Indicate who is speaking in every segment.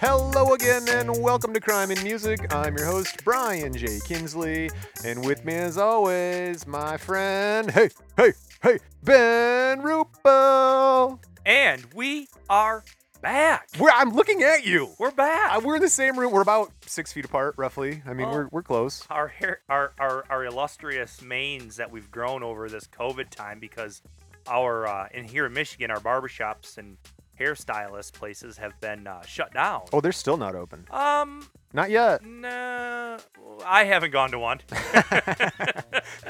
Speaker 1: Hello again, and welcome to Crime and Music. I'm your host, Brian J. Kinsley, and with me, as always, my friend, hey, hey, hey, Ben Rupel.
Speaker 2: And we are back.
Speaker 1: Where I'm looking at you.
Speaker 2: We're back.
Speaker 1: Uh, we're in the same room. We're about six feet apart, roughly. I mean,
Speaker 2: Oh.
Speaker 1: we're, we're close.
Speaker 2: our hair, our, our our illustrious manes that we've grown over this COVID time because our uh, in here in Michigan, our barbershops and hairstylist places have been uh, shut down.
Speaker 1: Oh, they're still not open.
Speaker 2: Um,
Speaker 1: Not yet.
Speaker 2: no, I haven't gone to one.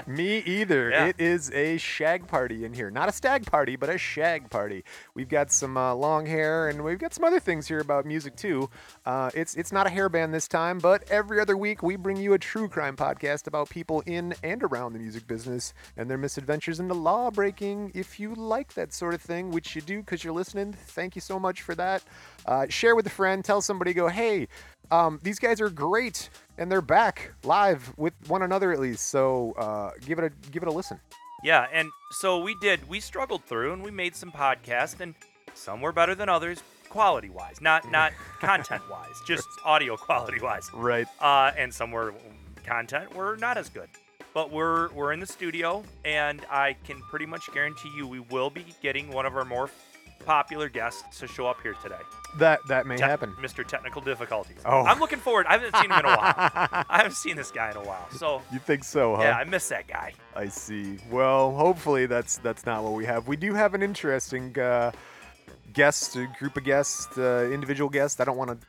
Speaker 1: Me either.
Speaker 2: Yeah.
Speaker 1: It is a shag party in here. Not a stag party, but a shag party. We've got some uh, long hair, and we've got some other things here about music too. Uh, it's it's not a hair band this time, but every other week we bring you a true crime podcast about people in and around the music business and their misadventures into law breaking. If you like that sort of thing, which you do because you're listening, thank you so much for that. Uh, share with a friend. Tell somebody. Go, hey. Um, these guys are great, and they're back live with one another at least. So uh, give it a give it a listen.
Speaker 2: yeah, and so we did. We struggled through, and we made some podcasts, and some were better than others, quality wise, not not content wise, just audio quality wise.
Speaker 1: Right.
Speaker 2: uh, and some were content were not as good. But we're we're in the studio, and I can pretty much guarantee you we will be getting one of our more popular guests to show up here today.
Speaker 1: That that may
Speaker 2: Te-
Speaker 1: happen.
Speaker 2: Mr. Technical Difficulties.
Speaker 1: Oh.
Speaker 2: I'm looking forward. I haven't seen him in a while. I haven't seen this guy in a while. So
Speaker 1: You think so, huh?
Speaker 2: yeah, I miss that guy.
Speaker 1: I see. Well, hopefully that's that's not what we have. We do have an interesting uh, guest, a group of guests, uh, individual guests. I don't want to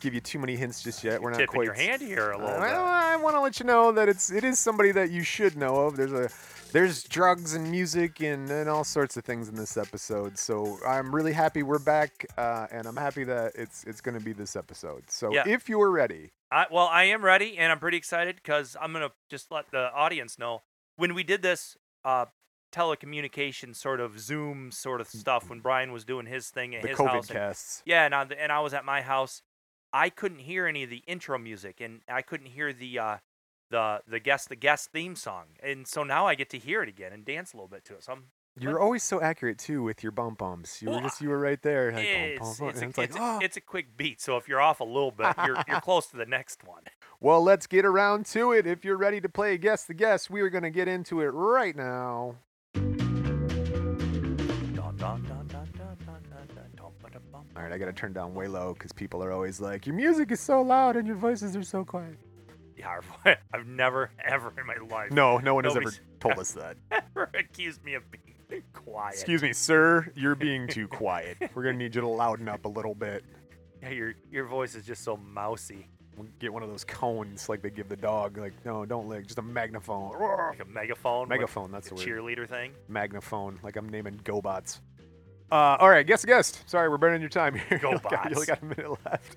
Speaker 1: give you too many hints just yet. We're not
Speaker 2: Tipping
Speaker 1: quite.
Speaker 2: your hand here a little
Speaker 1: Well,
Speaker 2: bit.
Speaker 1: I want to let you know that it's it is somebody that you should know of. There's a there's drugs and music and, and all sorts of things in this episode. So I'm really happy we're back, uh, and I'm happy that it's it's going to be this episode. So
Speaker 2: Yeah.
Speaker 1: if you are ready,
Speaker 2: I, well, I am ready, and I'm pretty excited because I'm gonna just let the audience know when we did this uh, telecommunication sort of Zoom sort of stuff when Brian was doing his thing at
Speaker 1: the
Speaker 2: his
Speaker 1: COVID
Speaker 2: house. and-
Speaker 1: casts.
Speaker 2: yeah, and I, and I was at my house. I couldn't hear any of the intro music, and I couldn't hear the uh, the the guest the guest theme song, and so now I get to hear it again and dance a little bit to it. So I'm,
Speaker 1: You're always so accurate too with your bum bums. You were
Speaker 2: Well,
Speaker 1: just you were right there. Like, bum, bum,
Speaker 2: it's,
Speaker 1: bum,
Speaker 2: it's, a,
Speaker 1: and it's like,
Speaker 2: it's, a-
Speaker 1: "Oh."
Speaker 2: it's a quick beat, so if you're off a little bit, you're you're close to the next one.
Speaker 1: Well, let's get around to it. If you're ready to play Guess the Guess, we are going to get into it right now.
Speaker 2: Dun, dun, dun, dun, dun, dun, dun, dun, dun, ba-da-bum.
Speaker 1: All right, I got to turn down way low because people are always like, your music is so loud and your voices are so quiet.
Speaker 2: Yeah, I've never ever in my life
Speaker 1: No, no one has ever
Speaker 2: Nobody's-
Speaker 1: told us that.
Speaker 2: ever accused me of being quiet.
Speaker 1: Excuse me, sir, you're being too quiet. We're going to need you to louden up a little bit.
Speaker 2: Yeah, your your voice is just so mousy,
Speaker 1: We'll get one of those cones like they give the dog. Like, no, don't lick, just a magnaphone.
Speaker 2: like a megaphone. with
Speaker 1: Megaphone, that's the
Speaker 2: the
Speaker 1: word.
Speaker 2: cheerleater thing.
Speaker 1: magnaphone, like I'm naming GoBots. Uh, all right, guess a guest. Sorry, we're burning your time here. You only got- You only
Speaker 2: GoBots.
Speaker 1: got a minute left.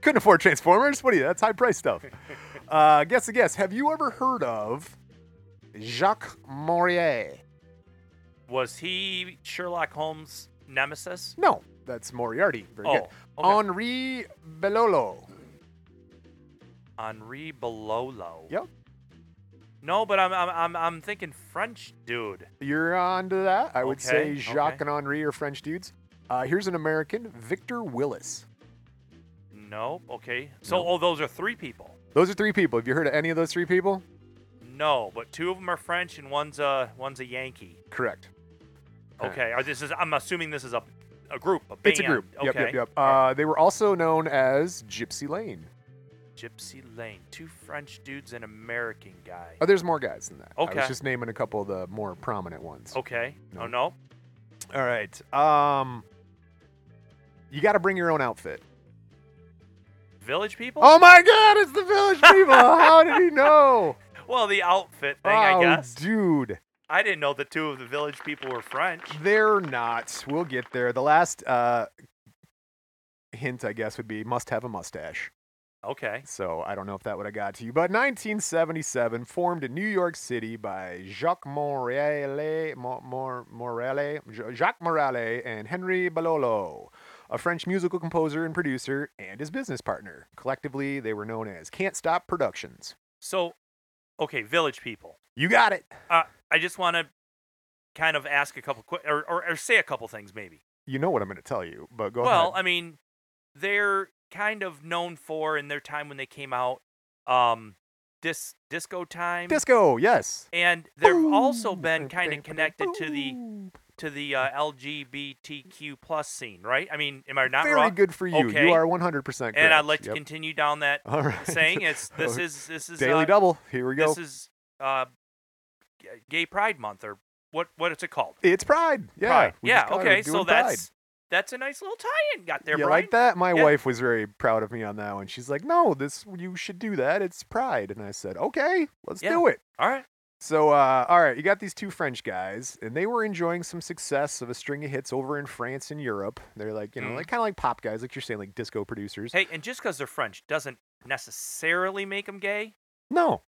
Speaker 1: Couldn't afford Transformers. What are you? That's high price stuff. Uh, guess a guest. Have you ever heard of Jacques Morier?
Speaker 2: Was he Sherlock Holmes' nemesis?
Speaker 1: No, that's Moriarty. Very
Speaker 2: oh,
Speaker 1: good.
Speaker 2: okay.
Speaker 1: Henri Belolo.
Speaker 2: Henri Belolo.
Speaker 1: Yep.
Speaker 2: No, but I'm I'm I'm, I'm thinking French dude.
Speaker 1: You're on to that. I would say
Speaker 2: Okay,
Speaker 1: Jacques and
Speaker 2: okay.
Speaker 1: Henri are French dudes. Uh, here's an American, Victor Willis.
Speaker 2: No, okay. So oh, those are three people.
Speaker 1: Those are three people. Have you heard of any of those three people?
Speaker 2: No, but two of them are French and one's a one's a Yankee.
Speaker 1: Correct. Correct.
Speaker 2: Okay. Or this is I'm assuming this is a a group. A band.
Speaker 1: It's a group.
Speaker 2: Okay.
Speaker 1: Yep, yep, yep.
Speaker 2: Alright.
Speaker 1: Uh, they were also known as Gypsy Lane.
Speaker 2: Gypsy Lane. Two French dudes and American guy.
Speaker 1: Oh, there's more guys than that. I was
Speaker 2: Okay.
Speaker 1: just naming a couple of the more prominent ones.
Speaker 2: Okay.
Speaker 1: No.
Speaker 2: Oh no.
Speaker 1: All right. Um, you got to bring your own outfit.
Speaker 2: Village people.
Speaker 1: Oh my God! It's the Village People. How did he know?
Speaker 2: Well, the outfit thing,
Speaker 1: oh,
Speaker 2: I guess.
Speaker 1: dude,
Speaker 2: I didn't know the two of the village people were French.
Speaker 1: they're not. We'll get there. The last uh, hint, I guess, would be must have a mustache.
Speaker 2: Okay.
Speaker 1: So I don't know if that would have got to you. But 1977, formed in New York City by Jacques Morale, Mo- Mor- Morale, J- Jacques Morale and Henri Balolo, a French musical composer and producer and his business partner. Collectively, they were known as Can't Stop Productions.
Speaker 2: So, okay, village people.
Speaker 1: You got it.
Speaker 2: Uh, I just want to kind of ask a couple quick, or, or, or say a couple things, maybe.
Speaker 1: You know what I'm going to tell you, but go
Speaker 2: well,
Speaker 1: ahead.
Speaker 2: I mean, they're kind of known for in their time when they came out, um, dis- disco time,
Speaker 1: Disco, yes.
Speaker 2: and they've
Speaker 1: Boom.
Speaker 2: also been kind
Speaker 1: Boom,
Speaker 2: of connected to the
Speaker 1: boom.
Speaker 2: to the uh, LGBTQ plus scene, right? I mean, am I not
Speaker 1: Very
Speaker 2: wrong?
Speaker 1: good for you.
Speaker 2: Okay.
Speaker 1: You are 100% correct.
Speaker 2: And I'd like to
Speaker 1: Yep.
Speaker 2: continue down that
Speaker 1: All right.
Speaker 2: saying. It's this
Speaker 1: Oh,
Speaker 2: is this is
Speaker 1: Daily
Speaker 2: uh,
Speaker 1: Double. Here we go.
Speaker 2: this is uh, g- Gay Pride Month or what? What is it called?
Speaker 1: It's Pride. Yeah.
Speaker 2: Pride.
Speaker 1: we
Speaker 2: yeah.
Speaker 1: just call it
Speaker 2: Okay. So
Speaker 1: doing
Speaker 2: that's that's a nice little tie-in got there,
Speaker 1: Pride. You
Speaker 2: Brian.
Speaker 1: like that? My
Speaker 2: Yeah.
Speaker 1: wife was very proud of me on that one. She's like, "No, this you should do that. It's Pride." And I said, "Okay, let's
Speaker 2: Yeah.
Speaker 1: do it."
Speaker 2: All right.
Speaker 1: So, uh, all right, you got these two French guys, and they were enjoying some success of a string of hits over in France and Europe. They're like, you know,
Speaker 2: Mhm.
Speaker 1: like kind of like pop guys, like you're saying, like disco producers.
Speaker 2: Hey, and just because they're French doesn't necessarily make them gay,
Speaker 1: No,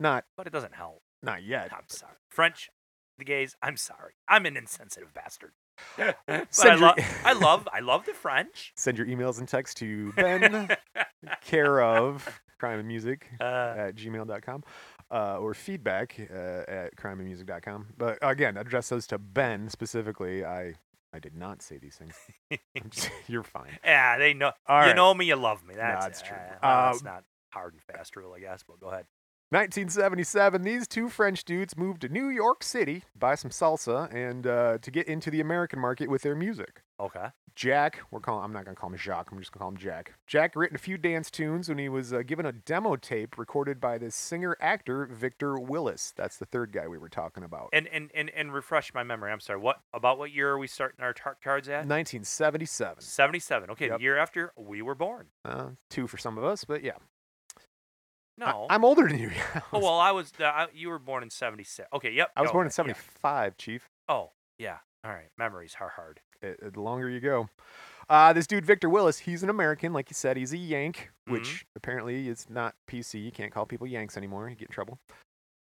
Speaker 1: not
Speaker 2: but it doesn't help.
Speaker 1: not yet.
Speaker 2: I'm sorry, French, the gays. I'm sorry. I'm an insensitive bastard. but I,
Speaker 1: Send your-
Speaker 2: lo- I love I love the French.
Speaker 1: Send your emails and texts to Ben, care of crime and music
Speaker 2: Uh,
Speaker 1: at gmail.com uh, or feedback uh, at crimeandmusic.com. But again, address those to Ben specifically. I I did not say these things. I'm just- you're fine.
Speaker 2: Yeah, they know.
Speaker 1: All
Speaker 2: you
Speaker 1: right.
Speaker 2: know me, you love me. That's,
Speaker 1: that's true.
Speaker 2: uh, well, that's
Speaker 1: Um,
Speaker 2: not hard and fast rule, I guess. But go ahead.
Speaker 1: 1977, these two French dudes moved to New York City, buy some salsa, and uh, to get into the American market with their music.
Speaker 2: Okay.
Speaker 1: Jack, we're calling, I'm not going to call him Jacques, I'm just going to call him Jack. Jack written a few dance tunes when he was uh, given a demo tape recorded by this singer actor, Victor Willis. That's the third guy we were talking about.
Speaker 2: And and and and refresh my memory. I'm sorry. What about what year are we starting our tart cards at?
Speaker 1: 1977.
Speaker 2: Seventy-seven. Okay,
Speaker 1: Yep.
Speaker 2: the year after we were born.
Speaker 1: Uh, two for some of us, but yeah.
Speaker 2: No.
Speaker 1: I, am older than you.
Speaker 2: oh well, I was. Uh, I, you were born in seventy-six. Okay. Yep.
Speaker 1: I was
Speaker 2: go
Speaker 1: born in
Speaker 2: ahead, yeah.
Speaker 1: 75, Chief.
Speaker 2: Oh yeah. All right. Memories are hard.
Speaker 1: Uh, uh, the longer you go. Uh, this dude, Victor Willis, he's an American. Like you said, he's a Yank,
Speaker 2: Mm-hmm.
Speaker 1: which apparently is not PC. You can't call people Yanks anymore. You get in trouble.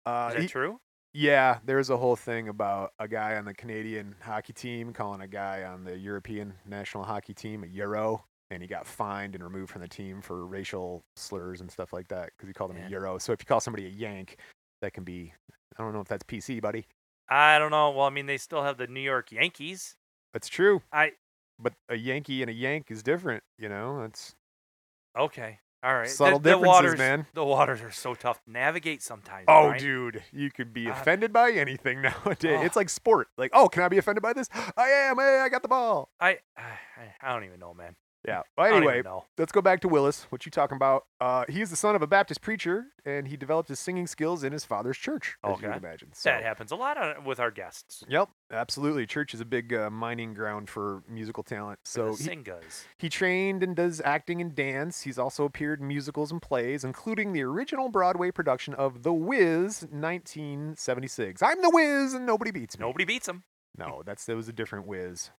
Speaker 1: Uh,
Speaker 2: Is that
Speaker 1: he-
Speaker 2: true?
Speaker 1: yeah, there's a whole thing about a guy on the Canadian hockey team calling a guy on the European national hockey team a Euro, and he got fined and removed from the team for racial slurs and stuff like that because he called him
Speaker 2: Yeah.
Speaker 1: a Euro. So if you call somebody a Yank, that can be, I don't know if that's PC, buddy.
Speaker 2: I don't know. Well, I mean, they still have the New York Yankees.
Speaker 1: That's true.
Speaker 2: I-
Speaker 1: But a Yankee and a Yank is different, you know? That's.
Speaker 2: Okay. All right.
Speaker 1: Subtle
Speaker 2: the, the
Speaker 1: differences,
Speaker 2: waters,
Speaker 1: man.
Speaker 2: The waters are so tough to navigate sometimes.
Speaker 1: Oh,
Speaker 2: Brian.
Speaker 1: dude, you could be
Speaker 2: Uh,
Speaker 1: offended by anything nowadays.
Speaker 2: oh.
Speaker 1: It's like sport. Like, oh, can I be offended by this? I am. Hey, I got the ball.
Speaker 2: I, I I don't even know, man.
Speaker 1: Yeah. Well,
Speaker 2: I don't
Speaker 1: anyway,
Speaker 2: even know.
Speaker 1: let's go back to Willis. What you talking about? Uh, he is the son of a Baptist preacher, and he developed his singing skills in his father's church. As you would
Speaker 2: Okay.
Speaker 1: imagine. So,
Speaker 2: That happens a lot on, with our guests.
Speaker 1: yep, absolutely. Church is a big uh, mining ground for musical talent.
Speaker 2: So
Speaker 1: So
Speaker 2: the
Speaker 1: he,
Speaker 2: Singas.
Speaker 1: He trained and does acting and dance. He's also appeared in musicals and plays, including the original Broadway production of The Wiz, 1976. I'm The Wiz and nobody beats me.
Speaker 2: Nobody beats him.
Speaker 1: No, that's that was a different Wiz.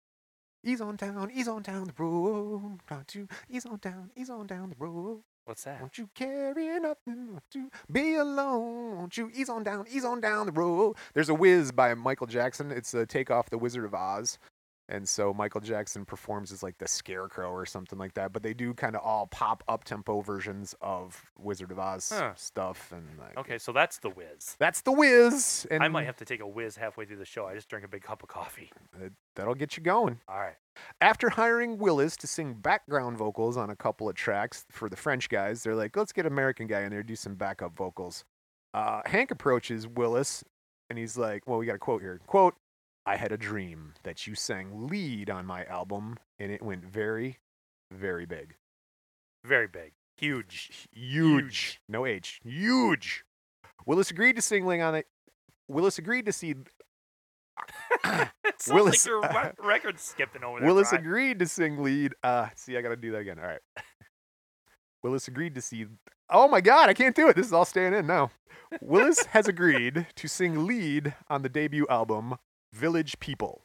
Speaker 1: Ease on down, ease on down the road. Don't you ease on down, ease on down the road.
Speaker 2: What's that?
Speaker 1: Won't you carry nothing? Won't you be alone? Won't you ease on down, ease on down the road? There's a whiz by Michael Jackson. It's a take off the Wizard of Oz. And so Michael Jackson performs as like the scarecrow or something like that. But they do kind of all pop up tempo versions of Wizard of Oz
Speaker 2: Huh.
Speaker 1: stuff. And like,
Speaker 2: Okay, so that's the whiz.
Speaker 1: that's the whiz. And
Speaker 2: I might have to take a whiz halfway through the show. I just drank a big cup of coffee.
Speaker 1: that'll get you going.
Speaker 2: All right.
Speaker 1: After hiring Willis to sing background vocals on a couple of tracks for the French guys, they're like, let's get an American guy in there, do some backup vocals. Uh, Hank approaches Willis and he's like, well, we got a quote here. Quote, I had a dream that you sang lead on my album and it went very, very big.
Speaker 2: Very big. Huge.
Speaker 1: Huge. No H. Huge. Willis agreed to sing lead on it. Willis agreed to see
Speaker 2: it sounds
Speaker 1: Willis-
Speaker 2: like your re- record skipping over there.
Speaker 1: Willis
Speaker 2: Brian.
Speaker 1: agreed to sing lead. Uh, see, I gotta do that again. All right. Willis agreed to see. Oh my God, I can't do it. This is all staying in now. Willis has agreed to sing lead on the debut album Village People.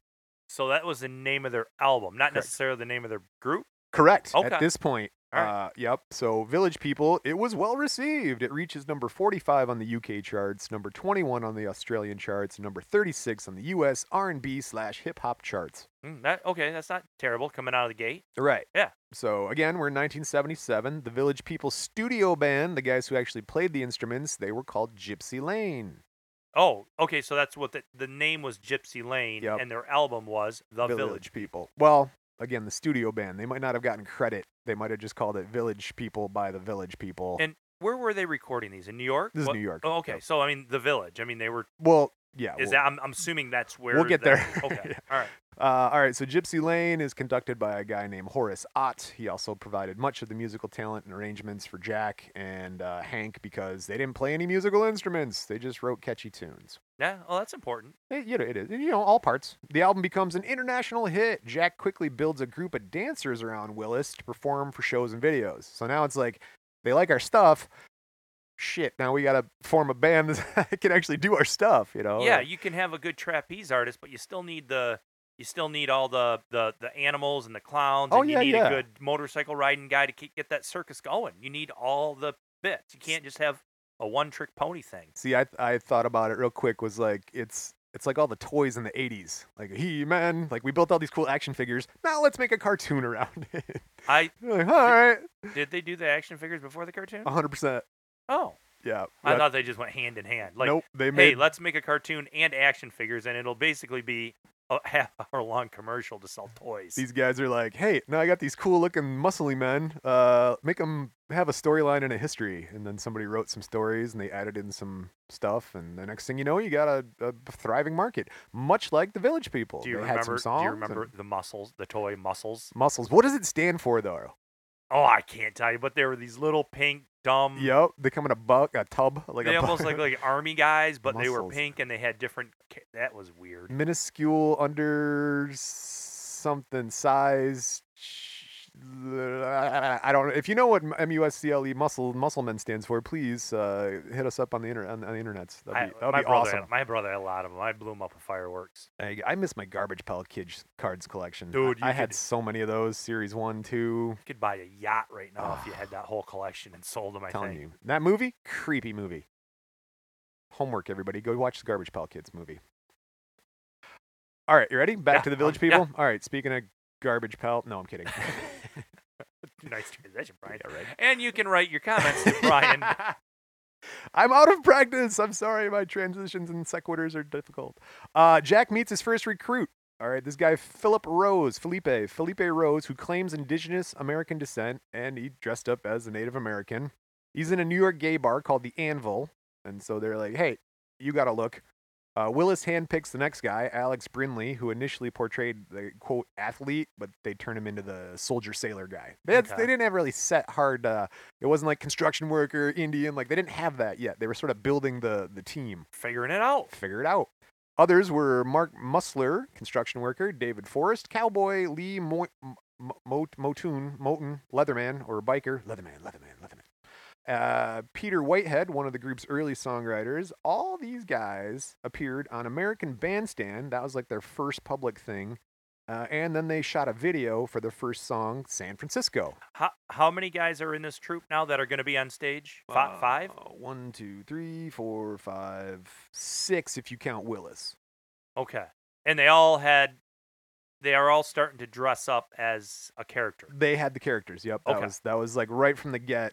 Speaker 2: So that was the name of their album, not
Speaker 1: Correct.
Speaker 2: necessarily the name of their group.
Speaker 1: Correct.
Speaker 2: Okay.
Speaker 1: At this point.
Speaker 2: All right.
Speaker 1: Uh, yep. So Village People, it was well received. It reaches number 45 on the UK charts, number 21 on the Australian charts, number 36 on the US R&B slash hip hop charts.
Speaker 2: Mm, that okay, that's not terrible coming out of the gate.
Speaker 1: Right.
Speaker 2: Yeah.
Speaker 1: So again, we're in 1977. The Village People Studio Band, the guys who actually played the instruments, they were called Gypsy Lane.
Speaker 2: Oh, okay, so that's what the, the name was Gypsy Lane
Speaker 1: Yep.
Speaker 2: and their album was The Village.
Speaker 1: People. Well, Again, the studio band. They might not have gotten credit. They might have just called it Village People by the Village People.
Speaker 2: And where were they recording these? In New York?
Speaker 1: This is
Speaker 2: What-
Speaker 1: New York,
Speaker 2: Oh, okay.
Speaker 1: yeah.
Speaker 2: So I mean, the village. I mean, they were.
Speaker 1: well, yeah. well-
Speaker 2: Is that? I'm, I'm assuming that's where.
Speaker 1: get
Speaker 2: that-
Speaker 1: there.
Speaker 2: Okay. All right.
Speaker 1: Uh, all right, so Gypsy Lane is conducted by a guy named Horace Ott. He also provided much of the musical talent and arrangements for Jack and uh, Hank because they didn't play any musical instruments. They just wrote catchy tunes.
Speaker 2: Yeah. Well, that's important.
Speaker 1: It, Eh, you know, it is, you know, all parts. The album becomes an international hit. Jack quickly builds a group of dancers around Willis to perform for shows and videos. So now it's like, they like our stuff. Shit, now we got to form a band that can actually do our stuff, you know?
Speaker 2: yeah, you can have a good trapeze artist, but you still need the. You still need all the the, the animals and the clowns.
Speaker 1: Oh,
Speaker 2: and
Speaker 1: yeah,
Speaker 2: You need
Speaker 1: yeah.
Speaker 2: a good motorcycle riding guy to keep, get that circus going. You need all the bits. You can't just have a one trick pony thing.
Speaker 1: See, I I thought about it real quick. Was like it's it's like all the toys in the '80s, like He Man. Like we built all these cool action figures. Now let's make a cartoon around it.
Speaker 2: I
Speaker 1: You're like, all right,
Speaker 2: did they do the action figures before the cartoon?
Speaker 1: 100. percent
Speaker 2: Oh,
Speaker 1: Yeah.
Speaker 2: I
Speaker 1: Uh-huh. yeah,
Speaker 2: thought they just went hand in hand. Like,
Speaker 1: nope. They
Speaker 2: hey,
Speaker 1: made.
Speaker 2: let's make a cartoon and action figures, and it'll basically be a half hour long commercial to sell toys.
Speaker 1: these guys are like, hey, now I got these cool looking muscly men. Uh, make them have a storyline and a history. And then somebody wrote some stories and they added in some stuff. And the next thing you know, you got a, a thriving market, much like the Village People.
Speaker 2: do you
Speaker 1: they
Speaker 2: remember?
Speaker 1: had some
Speaker 2: do
Speaker 1: songs.
Speaker 2: you
Speaker 1: and
Speaker 2: remember the muscles, the toy muscles?
Speaker 1: Muscles. What does it stand for, though?
Speaker 2: Oh, I can't tell you, but they were these little pink dumb.
Speaker 1: Yep, they come in a buck, a tub, like
Speaker 2: Hmm. they
Speaker 1: a bu-
Speaker 2: almost looked like army guys, but they were
Speaker 1: Muscles. Mm,
Speaker 2: pink and they had different. ca- That was weird.
Speaker 1: minuscule under s- something size. sh- I don't know. If you know what M U S C L E muscle muscleman stands for, please uh, hit us up on the internet. On, on the internet,
Speaker 2: I-
Speaker 1: that'd be, that'd
Speaker 2: my
Speaker 1: be
Speaker 2: brother,
Speaker 1: awesome.
Speaker 2: had, my brother had a lot of them. I blew them up with fireworks.
Speaker 1: I, I miss my garbage pail kids cards collection. I-
Speaker 2: Dude, you
Speaker 1: I, had
Speaker 2: could-
Speaker 1: so many of those. Series one, two.
Speaker 2: You could buy a yacht right now if you had that whole collection and sold them. I
Speaker 1: telling
Speaker 2: think.
Speaker 1: you that movie, creepy movie. Homework, everybody, go watch the Garbage Pail Kids movie. All right, you ready? Back
Speaker 2: Yeah,
Speaker 1: to the Village
Speaker 2: um, yeah.
Speaker 1: People. All right, speaking of garbage pail, no, I'm kidding.
Speaker 2: nice transition, Brian.
Speaker 1: Yeah, right.
Speaker 2: And you can write your comments to Brian.
Speaker 1: I'm out of practice. I'm sorry. My transitions and sequiturs are difficult. Uh, Jack meets his first recruit. All right, this guy, Philip Rose, Felipe, Felipe Rose, who claims indigenous American descent, and he dressed up as a Native American. He's in a New York gay bar called The Anvil. And so they're like, hey, you got to look. Uh, Willis handpicks the next guy, Alex Brinley, who initially portrayed the quote athlete, but they turned him into the soldier sailor guy. They, had,
Speaker 2: Okay.
Speaker 1: they didn't have really set hard. Uh, it wasn't like construction worker, Indian. Like they didn't have that yet. They were sort of building the the team.
Speaker 2: Figuring it out.
Speaker 1: Figure it out. Others were Mark Musler, construction worker, David Forrest, cowboy, Lee Mo- M- M- Mot- Motoon, Moton, Leatherman, or biker, Leatherman, Leatherman, Leatherman. Uh, Peter Whitehead, one of the group's early songwriters, all these guys appeared on American Bandstand. That was like their first public thing. Uh, and then they shot a video for their first song, San Francisco.
Speaker 2: How, how many guys are in this troupe now that are going to be on stage? Fi- five?
Speaker 1: Uh, one, two, three, four, five, six, if you count Willis.
Speaker 2: Okay. And they all had, they are all starting to dress up as a character.
Speaker 1: They had the characters. Yep. That
Speaker 2: Okay.
Speaker 1: was that was like right from the get.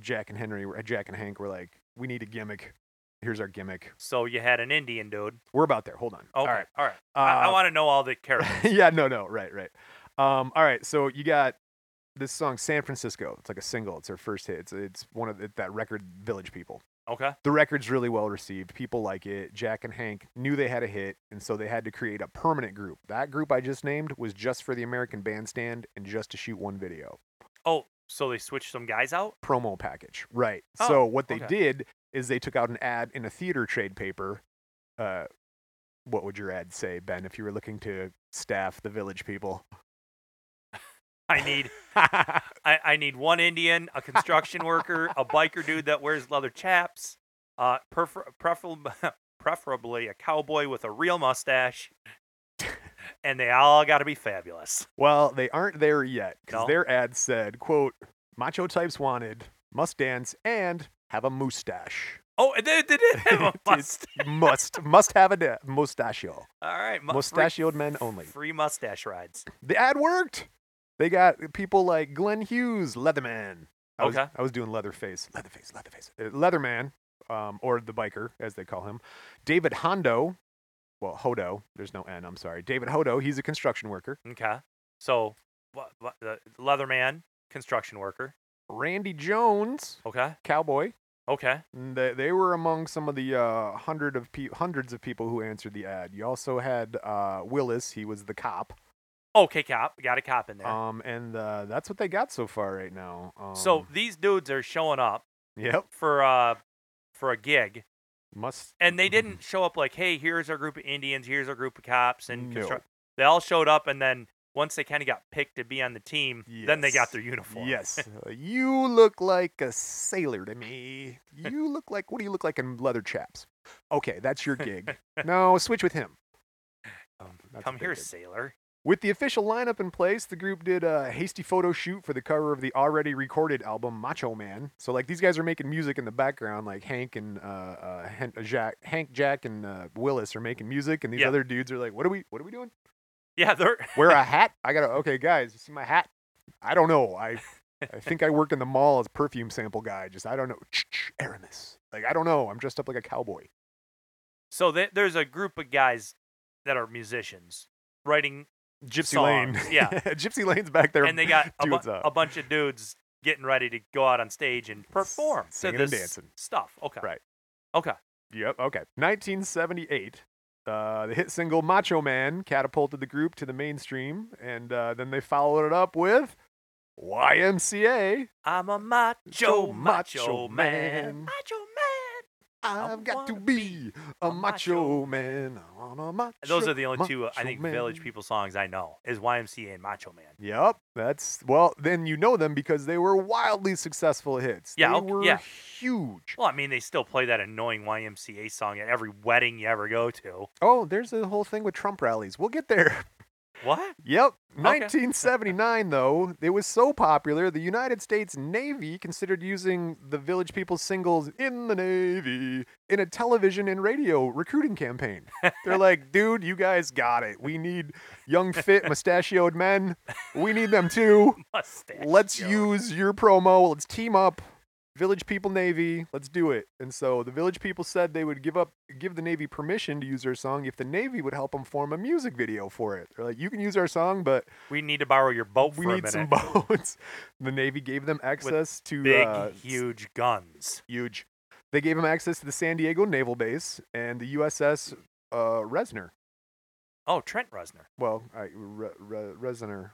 Speaker 1: Jack and Henry, were- Jack and Hank were like, "We need a gimmick. Here's our gimmick.
Speaker 2: So you had an Indian dude.
Speaker 1: We're about there. Hold on.
Speaker 2: Okay. All right.
Speaker 1: right.
Speaker 2: I,
Speaker 1: Uh,
Speaker 2: want to know all the characters.
Speaker 1: yeah. No. No. Right. Right. Um. All right. So you got this song, San Francisco. It's like a single. It's their first hit. It's it's one of the, that record Village People.
Speaker 2: Okay.
Speaker 1: The record's really well received. People like it. Jack and Hank knew they had a hit, and so they had to create a permanent group. That group I just named was just for the American Bandstand and just to shoot one video
Speaker 2: Oh, so they switched some guys out?
Speaker 1: promo package. Right.
Speaker 2: Oh,
Speaker 1: so what they
Speaker 2: okay.
Speaker 1: did is they took out an ad in a theater trade paper. Uh, what would your ad say, Ben, if you were looking to staff the village people?
Speaker 2: I need. I, I need one Indian, a construction worker, a biker dude that wears leather chaps, uh, prefer- preferably, preferably a cowboy with a real mustache, and they all got to be fabulous.
Speaker 1: Well, they aren't there yet because
Speaker 2: No.
Speaker 1: their ad said, "quote Macho types wanted must dance and have a mustache.
Speaker 2: Oh, and they, they did have a
Speaker 1: Dude.
Speaker 2: mustache.
Speaker 1: must must have a da- mustachio.
Speaker 2: all right, mu- free-
Speaker 1: Mustachioed men only."
Speaker 2: Free mustache rides.
Speaker 1: The ad worked. They got people like Glenn Hughes, Leatherman. I was,
Speaker 2: Okay.
Speaker 1: I was doing Leatherface, Leatherface, Leatherface, Uh, Leatherman, um, or the biker as they call him. David Hondo, well Hodo, there's no N. I'm sorry. David Hodo, he's a construction worker.
Speaker 2: Okay. So, wha- wha- the Leatherman, construction worker.
Speaker 1: Randy Jones,
Speaker 2: Okay.
Speaker 1: cowboy.
Speaker 2: Okay.
Speaker 1: And They, they were among some of the uh, hundred of pe- hundreds of people who answered the ad. You also had uh, Willis. He was the cop.
Speaker 2: Okay, cop. Got a cop in there.
Speaker 1: Um, and uh, that's what they got so far right now. Um,
Speaker 2: so these dudes are showing up
Speaker 1: yep,
Speaker 2: for uh for a gig,
Speaker 1: must
Speaker 2: and they didn't show up like, "Hey, here's our group of Indians. Here's our group of cops." And
Speaker 1: No.
Speaker 2: construct- they all showed up, and then once they kind of got picked to be on the team, then they
Speaker 1: Yes.
Speaker 2: got their uniform.
Speaker 1: Yes. Uh, you look like a sailor to me. You look like what do you look like in leather chaps? Okay, that's your gig. no, switch with him.
Speaker 2: Um,
Speaker 1: That's
Speaker 2: come
Speaker 1: what they
Speaker 2: here,
Speaker 1: did.
Speaker 2: sailor.
Speaker 1: With the official lineup in place, the group did a hasty photo shoot for the cover of the already recorded album Macho Man. So like these guys are making music in the background, like Hank and uh, uh, Hen- uh, Jack, Hank, Jack, and uh, Willis are making music, and these
Speaker 2: Yeah.
Speaker 1: other dudes are like, "What are we? What are we doing?
Speaker 2: Yeah, they're
Speaker 1: Wear a hat? I gotta. Okay, guys, you see my hat? I don't know. I I think I work in the mall as perfume sample guy. Just I don't know. Ch-ch, Aramis. Like I don't know. I'm dressed up like a cowboy.
Speaker 2: so they, there's a group of guys that are musicians writing,
Speaker 1: Gypsy
Speaker 2: Songs,
Speaker 1: Lane.
Speaker 2: yeah.
Speaker 1: Gypsy Lane's back there.
Speaker 2: and they got a, bu-
Speaker 1: dudes up.
Speaker 2: a bunch of dudes getting ready to go out on stage and perform to
Speaker 1: singing and
Speaker 2: this
Speaker 1: dancing.
Speaker 2: stuff. Okay,
Speaker 1: Right.
Speaker 2: Okay,
Speaker 1: Yep. Okay. 1978. Uh, the hit single Macho Man catapulted the group to the mainstream, and uh, then they followed it up with YMCA.
Speaker 2: I'm a macho, macho man.
Speaker 1: man.
Speaker 2: Macho man.
Speaker 1: I've got to
Speaker 2: wanna
Speaker 1: be a
Speaker 2: a macho
Speaker 1: macho man. I'm a macho.
Speaker 2: Those are the only two uh, I
Speaker 1: macho
Speaker 2: think
Speaker 1: man.
Speaker 2: Village People songs I know is YMCA and Macho Man.
Speaker 1: Yep, that's well. Then you know them because they were wildly successful hits.
Speaker 2: Yeah,
Speaker 1: they
Speaker 2: ok-
Speaker 1: were
Speaker 2: yeah.
Speaker 1: huge.
Speaker 2: Well, I mean, they still play that annoying YMCA song at every wedding you ever go to.
Speaker 1: Oh, there's the whole thing with Trump rallies. We'll get there.
Speaker 2: What?
Speaker 1: Yep. 1979, though, it was so popular, the United States Navy considered using the Village People's singles in the Navy in a television and radio recruiting campaign. They're like, dude, you guys got it. We need young, fit, mustachioed men. We need them too.
Speaker 2: Mustache.
Speaker 1: Let's
Speaker 2: Joe.
Speaker 1: use your promo. Let's team up. Village People Navy, let's do it. And so the Village People said they would give up, give the Navy permission to use their song if the Navy would help them form a music video for it. They're like, you can use our song, but
Speaker 2: We need to borrow your boat
Speaker 1: we
Speaker 2: for a
Speaker 1: need
Speaker 2: minute.
Speaker 1: some boats. The Navy gave them access to
Speaker 2: Big,
Speaker 1: uh, s-
Speaker 2: huge guns.
Speaker 1: huge. They gave them access to the San Diego Naval Base and the USS uh, Resner.
Speaker 2: Oh, Trent Reznor.
Speaker 1: Well, I, Re, Re, Resner,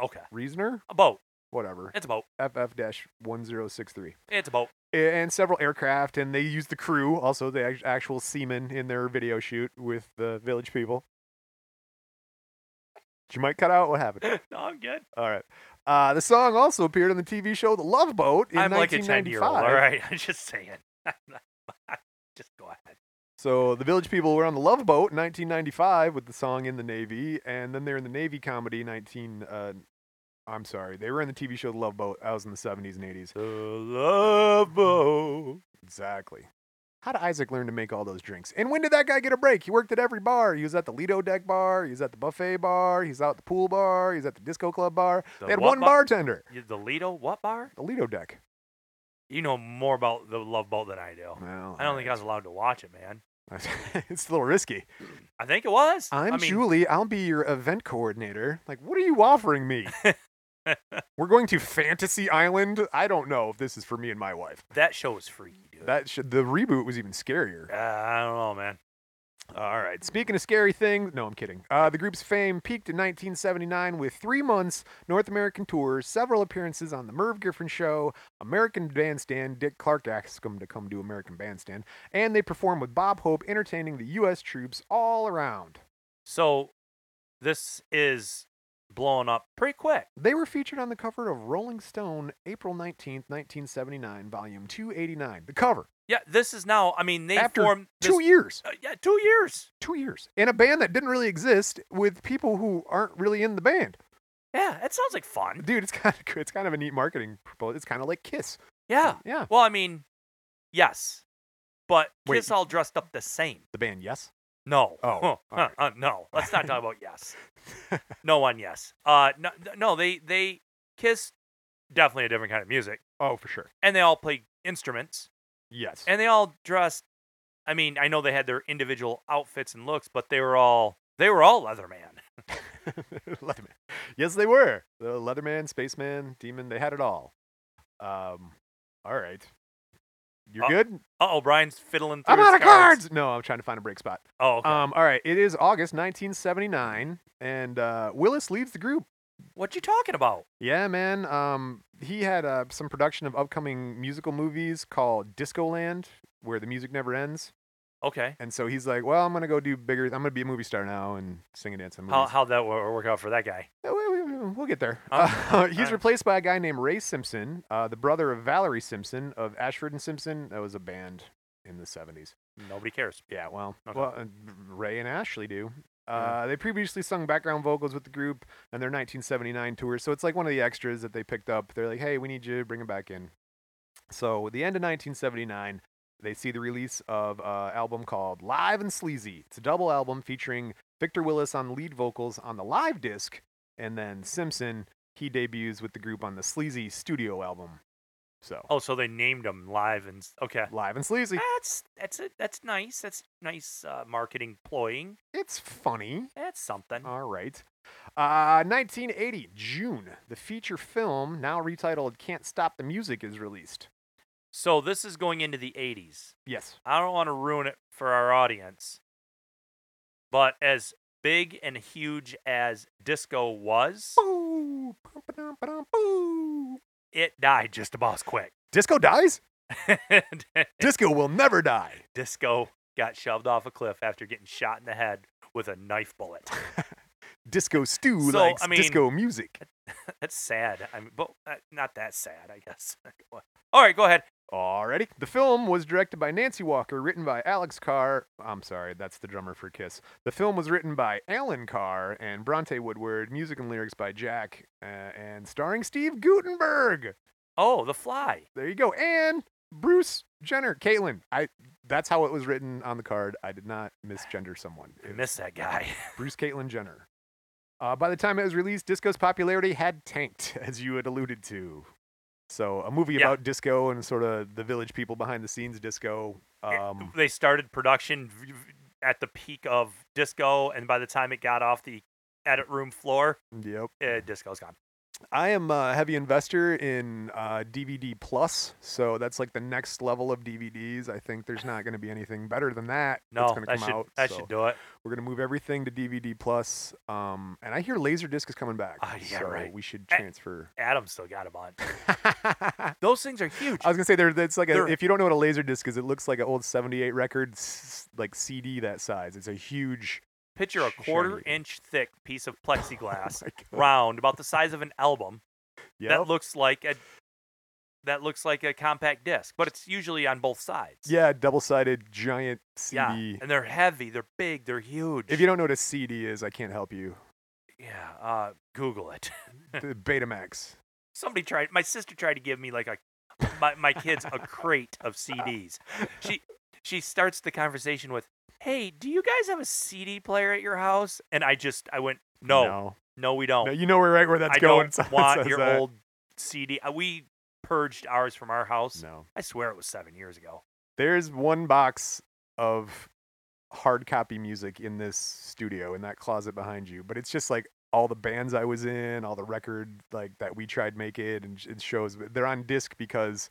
Speaker 2: Okay.
Speaker 1: Reasoner,
Speaker 2: A boat.
Speaker 1: whatever.
Speaker 2: It's a boat.
Speaker 1: FF-1063.
Speaker 2: It's a boat.
Speaker 1: and several aircraft, and they used the crew, also the act- actual seamen, in their video shoot with the village people. Did You might cut out what happened.
Speaker 2: no, I'm good.
Speaker 1: All right. Uh, the song also appeared on the TV show The Love Boat in
Speaker 2: I'm like a 10 year
Speaker 1: 1995.
Speaker 2: old. All right. I'm just saying. just go ahead.
Speaker 1: So the village people were on the Love Boat in 1995 with the song "In the Navy," and then they're in the Navy comedy 19. Uh, I'm sorry, they were in the TV show The Love Boat. I was in the 70s and 80s.
Speaker 2: The love boat.
Speaker 1: Exactly. How did Isaac learn to make all those drinks? And when did that guy get a break? He worked at every bar. He was at the Lido Deck bar. He was at the buffet bar. He's out at the pool bar. He's at the disco club bar.
Speaker 2: The
Speaker 1: they had
Speaker 2: what
Speaker 1: one
Speaker 2: bar?
Speaker 1: bartender.
Speaker 2: You- The Lido what bar?
Speaker 1: The Lido Deck.
Speaker 2: You know more about the Love Boat than I do.
Speaker 1: Well,
Speaker 2: Oh, I don't think I was allowed to watch it, man.
Speaker 1: I. it's a little risky.
Speaker 2: I think it was.
Speaker 1: I'm
Speaker 2: I mean,
Speaker 1: Julie. I'll be your event coordinator. Like, what are you offering me? We're going to Fantasy Island. I don't know if this is for me and my wife.
Speaker 2: That show was freaky, dude.
Speaker 1: That should, the reboot was even scarier.
Speaker 2: Uh, I don't know, man.
Speaker 1: All right. Speaking of scary things, no, I'm kidding. Uh, the group's fame peaked in 1979 with three months North American tours, several appearances on the Merv Griffin Show, American Bandstand. Dick Clark asked them to come do American Bandstand, and they performed with Bob Hope, entertaining the U.S. troops all around.
Speaker 2: So this is blowing up pretty quick.
Speaker 1: They were featured on the cover of Rolling Stone, April 19th, 1979, volume 289. The cover.
Speaker 2: Yeah, this is now. I mean, they
Speaker 1: After
Speaker 2: formed this,
Speaker 1: two years.
Speaker 2: uh, yeah, two years.
Speaker 1: Two years. In a band that didn't really exist with people who aren't really in the band.
Speaker 2: Yeah, that sounds like fun.
Speaker 1: dude it's kind of it's kind of a neat marketing proposal it's kind of like kiss
Speaker 2: Yeah.
Speaker 1: yeah
Speaker 2: Well, I mean, yes, but
Speaker 1: Wait.
Speaker 2: Kiss all dressed up the same.
Speaker 1: the band yes
Speaker 2: No.
Speaker 1: Oh,
Speaker 2: Huh,
Speaker 1: all
Speaker 2: huh, uh, no. Let's not talk about yes. no one yes. Uh, no, no. They they Kiss definitely a different kind of music,
Speaker 1: oh for sure
Speaker 2: and they all play instruments.
Speaker 1: yes
Speaker 2: And they all dressed. I mean, I know they had their individual outfits and looks, but they were all they were all Leatherman.
Speaker 1: Leatherman. yes, they were. The Leatherman, Spaceman, Demon, they had it all. Um, all right. You're
Speaker 2: Uh,
Speaker 1: good?
Speaker 2: oh, Brian's fiddling through
Speaker 1: I'm
Speaker 2: his
Speaker 1: out of cards. No, I'm trying to find a break spot.
Speaker 2: Oh, okay.
Speaker 1: Um, all right. It is August 1979, and uh, Willis leads the group.
Speaker 2: what you talking about?
Speaker 1: Yeah, man. Um, he had uh, some production of upcoming musical movies called Discoland, where the music never ends.
Speaker 2: Okay.
Speaker 1: And so he's like, "Well, I'm gonna go do bigger. I'm gonna be a movie star now and sing and dance in movies."
Speaker 2: How how'd that wo- work out for that guy?
Speaker 1: Uh, we- we- We'll get there.
Speaker 2: Okay.
Speaker 1: Uh, he's
Speaker 2: Alright.
Speaker 1: replaced by a guy named Ray Simpson, uh, the brother of Valerie Simpson of Ashford and Simpson. That was a band in the 70s.
Speaker 2: Nobody cares.
Speaker 1: Yeah, well,
Speaker 2: Okay.
Speaker 1: well, uh, Ray and Ashley do. Uh, They previously sung background vocals with the group on their 1979 tour, so it's like one of the extras that they picked up. They're like, "Hey, we need you. Bring him back in." So at the end of 1979, they see the release of an album called Live and Sleazy. It's a double album featuring Victor Willis on lead vocals on the live disc, and then Simpson he debuts with the group on the Sleazy studio album. So
Speaker 2: Oh, so they named him live and s- okay.
Speaker 1: Live and Sleazy.
Speaker 2: That's that's it. That's nice. That's nice uh, marketing ploying.
Speaker 1: It's funny.
Speaker 2: That's something.
Speaker 1: All right. Uh, 1980, June, the feature film, now retitled Can't Stop the Music, is released.
Speaker 2: So this is going into the 80s.
Speaker 1: Yes.
Speaker 2: I don't want to ruin it for our audience, but as big and huge as disco was,
Speaker 1: Boo, bum, ba-dum, ba-dum, boo.
Speaker 2: it died just about as quick.
Speaker 1: Disco dies? Disco will never die.
Speaker 2: disco got shoved off a cliff after getting shot in the head with a knife bullet.
Speaker 1: Disco stew
Speaker 2: So,
Speaker 1: likes
Speaker 2: I mean-
Speaker 1: disco music.
Speaker 2: That's sad. I mean, but uh, not that sad, I guess. All right, go ahead.
Speaker 1: Alrighty. The film was directed by Nancy Walker, written by Alex Carr. I'm sorry, that's the drummer for Kiss. The film was written by Alan Carr and Bronte Woodward, music and lyrics by Jack, uh, and starring Steve Gutenberg.
Speaker 2: Oh, the fly.
Speaker 1: There you go. And Bruce Jenner, Caitlin. I that's how it was written on the card. I did not misgender someone.
Speaker 2: I
Speaker 1: It
Speaker 2: miss that guy.
Speaker 1: was Bruce Caitlin Jenner. Uh, by the time it was released, disco's popularity had tanked, as you had alluded to. So a movie
Speaker 2: Yeah.
Speaker 1: about disco and sort of the village people behind the scenes disco. Um,
Speaker 2: they started production v- v- at the peak of disco, and by the time it got off the edit room floor,
Speaker 1: yep.
Speaker 2: uh, disco's gone.
Speaker 1: I am a heavy investor in uh, DVD Plus, so that's like the next level of DVDs. I think there's not going to be anything better than that. that's
Speaker 2: No,
Speaker 1: gonna
Speaker 2: that
Speaker 1: come
Speaker 2: should
Speaker 1: out,
Speaker 2: that
Speaker 1: so.
Speaker 2: should do it.
Speaker 1: We're gonna move everything to DVD plus, um, and I hear Laserdisc is coming back.
Speaker 2: Ah, yeah,
Speaker 1: so
Speaker 2: right.
Speaker 1: We should
Speaker 2: Eh.
Speaker 1: transfer.
Speaker 2: Adam's still got a bunch.
Speaker 1: I
Speaker 2: Those things are huge.
Speaker 1: was gonna say there. It's like a,
Speaker 2: They're-
Speaker 1: if you don't know what a Laserdisc is, it looks like an old '78 record, s- like CD that size. It's a huge.
Speaker 2: Picture a
Speaker 1: sh-
Speaker 2: quarter
Speaker 1: shiny.
Speaker 2: inch thick piece of plexiglass,
Speaker 1: my God.
Speaker 2: round, about the size of an album.
Speaker 1: Yep.
Speaker 2: That looks like a that looks like a compact disc, but it's usually on both sides.
Speaker 1: yeah, double-sided giant CD.
Speaker 2: Yeah, and they're heavy. They're big. They're huge.
Speaker 1: If you don't know what a CD is, I can't help you.
Speaker 2: yeah, uh, Google it.
Speaker 1: The Betamax.
Speaker 2: Somebody tried. My sister tried to give me like a my my kids a crate of CDs. She she starts the conversation with, "Hey, do you guys have a CD player at your house?" And I just I went, "No, no,
Speaker 1: No.
Speaker 2: we don't.
Speaker 1: No, you know where right where that's
Speaker 2: I
Speaker 1: going.
Speaker 2: don't
Speaker 1: Someone
Speaker 2: want
Speaker 1: says
Speaker 2: your
Speaker 1: that.
Speaker 2: old CD. Uh, We purged ours from our house.
Speaker 1: No.
Speaker 2: I swear it was seven years ago.
Speaker 1: There's one box of hard copy music in this studio in that closet behind you, but it's just like all the bands I was in, all the record like that we tried make it, and it shows but they're on disc because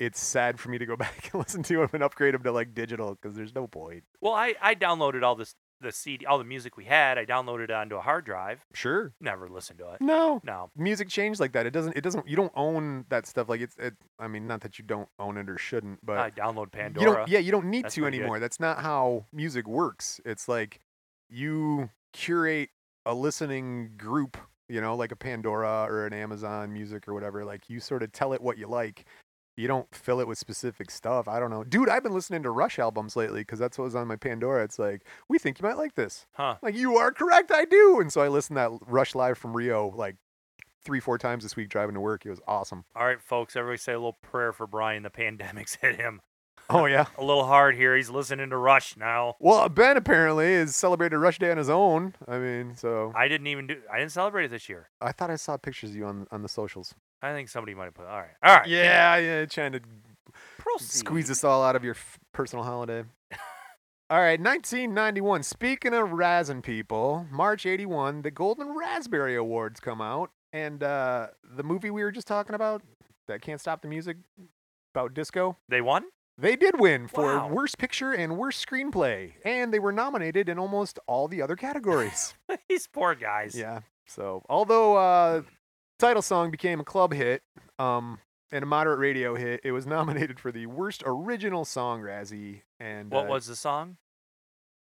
Speaker 1: it's sad for me to go back and listen to them and upgrade them to like digital because there's no point.
Speaker 2: Well, I I downloaded all this the CD, all the music we had. I downloaded it onto a hard drive.
Speaker 1: Sure.
Speaker 2: Never listened to it.
Speaker 1: No.
Speaker 2: No.
Speaker 1: Music changed like that. It doesn't. It doesn't. You don't own that stuff. Like it's. It, I mean, not that you don't own it or shouldn't, but
Speaker 2: I download
Speaker 1: You
Speaker 2: Pandora.
Speaker 1: don't, yeah, you don't need
Speaker 2: That's
Speaker 1: to
Speaker 2: pretty good.
Speaker 1: anymore. That's not how music works. It's like you curate a listening group, you know, like a Pandora or an Amazon Music or whatever. Like you sort of tell it what you like. You don't fill it with specific stuff. I don't know. Dude, I've been listening to Rush albums lately because that's what was on my Pandora. It's like, we think you might like this.
Speaker 2: Huh.
Speaker 1: Like, you are correct. I do. And so I listened to that Rush Live from Rio like three, four times this week driving to work. It was awesome.
Speaker 2: All right, folks, everybody say a little prayer for Brian. The pandemic's hit him
Speaker 1: Oh, yeah.
Speaker 2: a little hard here. He's listening to Rush now.
Speaker 1: Well, Ben apparently is celebrated Rush Day on his own. I mean, so
Speaker 2: I didn't even do. I didn't celebrate it this year.
Speaker 1: I thought I saw pictures of you on on the socials.
Speaker 2: I think somebody might have put. All right. All right.
Speaker 1: Yeah, yeah, trying to
Speaker 2: Proceed.
Speaker 1: squeeze us all out of your f- personal holiday. All right, 1991. Speaking of razzing people, March 81, the Golden Raspberry Awards come out, and uh, the movie we were just talking about, that can't stop the music, about disco.
Speaker 2: They won?
Speaker 1: They did win for
Speaker 2: Wow.
Speaker 1: worst picture and worst screenplay, and they were nominated in almost all the other categories.
Speaker 2: These poor guys.
Speaker 1: yeah. So, although uh, title song became a club hit um, and a moderate radio hit, it was nominated for the worst original song Razzie. And
Speaker 2: What
Speaker 1: uh,
Speaker 2: was the song?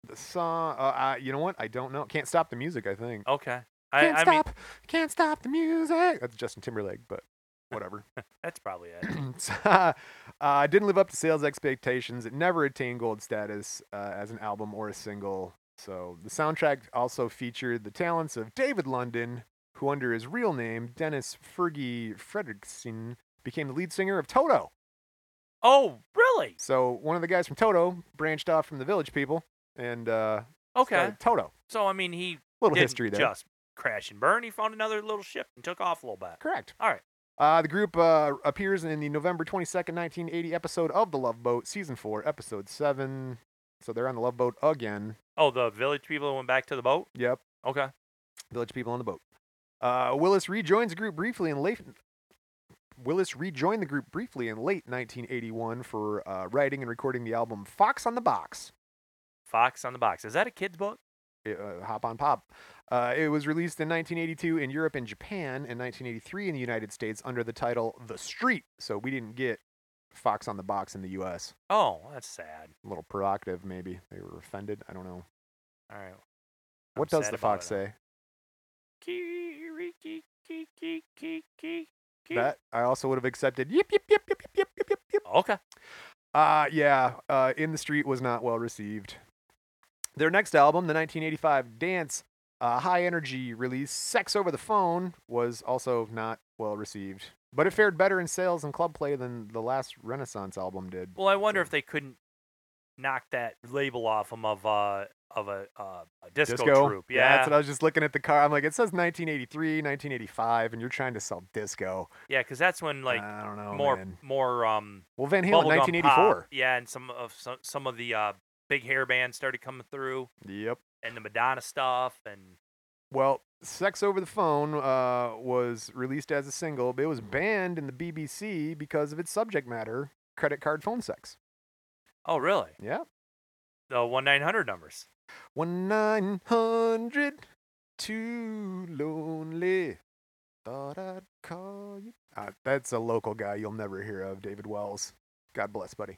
Speaker 1: the song? Uh, uh, you know what? I don't know. Can't stop the music. I think.
Speaker 2: Okay.
Speaker 1: can't
Speaker 2: I, I mean,
Speaker 1: stop. can't stop the music. That's Justin Timberlake, but whatever.
Speaker 2: that's probably it.
Speaker 1: uh, uh, didn't live up to sales expectations. It never attained gold status uh, as an album or a single. So the soundtrack also featured the talents of David London, who under his real name Dennis Fergie Fredrickson became the lead singer of Toto.
Speaker 2: Oh, really?
Speaker 1: So one of the guys from Toto branched off from the Village People and uh,
Speaker 2: Okay.
Speaker 1: started Toto.
Speaker 2: So I mean, he
Speaker 1: Little
Speaker 2: didn't
Speaker 1: history there.
Speaker 2: just crash and burn. He found another little ship and took off a little bit.
Speaker 1: Correct.
Speaker 2: All right.
Speaker 1: Uh, the group uh, appears in the November 22nd, 1980 episode of The Love Boat, Season 4, Episode 7. So they're on the Love Boat again.
Speaker 2: Oh, the village people went back to the boat.
Speaker 1: Yep.
Speaker 2: Okay.
Speaker 1: Village people on the boat. Uh, Willis rejoins the group briefly in late. Willis rejoined the group briefly in late 1981 for uh, writing and recording the album Fox on the Box.
Speaker 2: Fox on the box. Is that a kid's book?
Speaker 1: it, uh, Hop on Pop. Uh, it was released in 1982 in Europe and Japan, and 1983 in the United States under the title The Street. So we didn't get Fox on the Box in the U.S.
Speaker 2: Oh, that's sad.
Speaker 1: A little provocative, maybe they were offended. I don't know.
Speaker 2: All right. I'm
Speaker 1: What does
Speaker 2: sad
Speaker 1: the
Speaker 2: about
Speaker 1: fox
Speaker 2: it.
Speaker 1: say?
Speaker 2: Kiri, ki, ki, ki, ki, ki, ki.
Speaker 1: That I also would have accepted. Yip yip yip yip yip yip yip yip. yip.
Speaker 2: Okay.
Speaker 1: Uh, yeah, uh, In the Street was not well received. Their next album, the 1985 dance, uh, high energy release, Sex Over the Phone, was also not well received. But it fared better in sales and club play than the last Renaissance album did.
Speaker 2: Well, I wonder if they couldn't knock that label off him of uh of a uh, a disco, troupe. Yeah.
Speaker 1: that's what I was just looking at the car. I'm like, it says 1983, 1985, and you're trying to sell disco.
Speaker 2: yeah, because that's when like
Speaker 1: I don't know,
Speaker 2: more
Speaker 1: man.
Speaker 2: more um
Speaker 1: Well, Van Halen,
Speaker 2: bubblegum
Speaker 1: 1984.
Speaker 2: pop, yeah, and some of some, some of the uh, big hair bands started coming through,
Speaker 1: Yep.
Speaker 2: and the Madonna stuff, and
Speaker 1: Well, Sex Over the Phone uh, was released as a single, but it was banned in the BBC because of its subject matter credit card phone sex.
Speaker 2: oh really,
Speaker 1: Yeah.
Speaker 2: the one nine hundred numbers.
Speaker 1: 1 900 Too Lonely. Thought I'd call you. Uh, that's a local guy you'll never hear of, David Wells. God bless, buddy.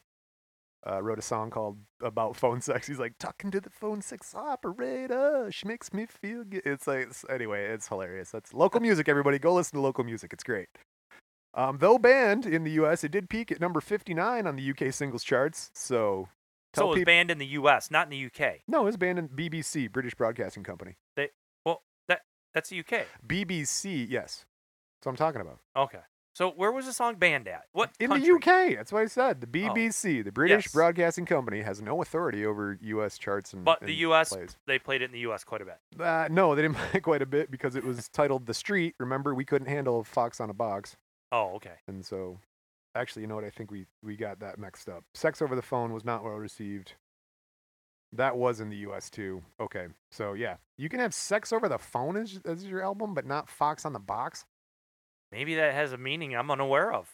Speaker 1: Uh, wrote a song called about phone sex. He's like talking to the phone sex operator. She makes me feel good. It's like it's- anyway, it's hilarious. That's local music. Everybody, go listen to local music. It's great. Um, though banned in the U.S., it did peak at number 59 on the UK singles charts. So,
Speaker 2: So
Speaker 1: tell
Speaker 2: it was
Speaker 1: people.
Speaker 2: banned in the U.S., not in the U.K.
Speaker 1: No, it was banned in BBC, British Broadcasting Company.
Speaker 2: That's the U.K.
Speaker 1: BBC, yes. That's what I'm talking about.
Speaker 2: Okay. So where was the song banned at? What
Speaker 1: In
Speaker 2: country?
Speaker 1: the
Speaker 2: Oh.
Speaker 1: UK, that's what I said. The BBC, the British
Speaker 2: Yes.
Speaker 1: Broadcasting Company, has no authority over U.S. charts and
Speaker 2: But the
Speaker 1: and
Speaker 2: U.S.
Speaker 1: plays.
Speaker 2: They played it in the U.S. quite a bit.
Speaker 1: Uh, no, they didn't play it quite a bit because it was titled "The Street." Remember, we couldn't handle "Fox on a Box,"
Speaker 2: Oh, okay.
Speaker 1: and so actually, you know what? I think we we got that mixed up. "Sex Over the Phone" was not well received. That was in the U.S. too. Okay, so yeah, you can have "Sex Over the Phone" as, as your album, but not "Fox on the Box."
Speaker 2: Maybe that has a meaning I'm unaware of.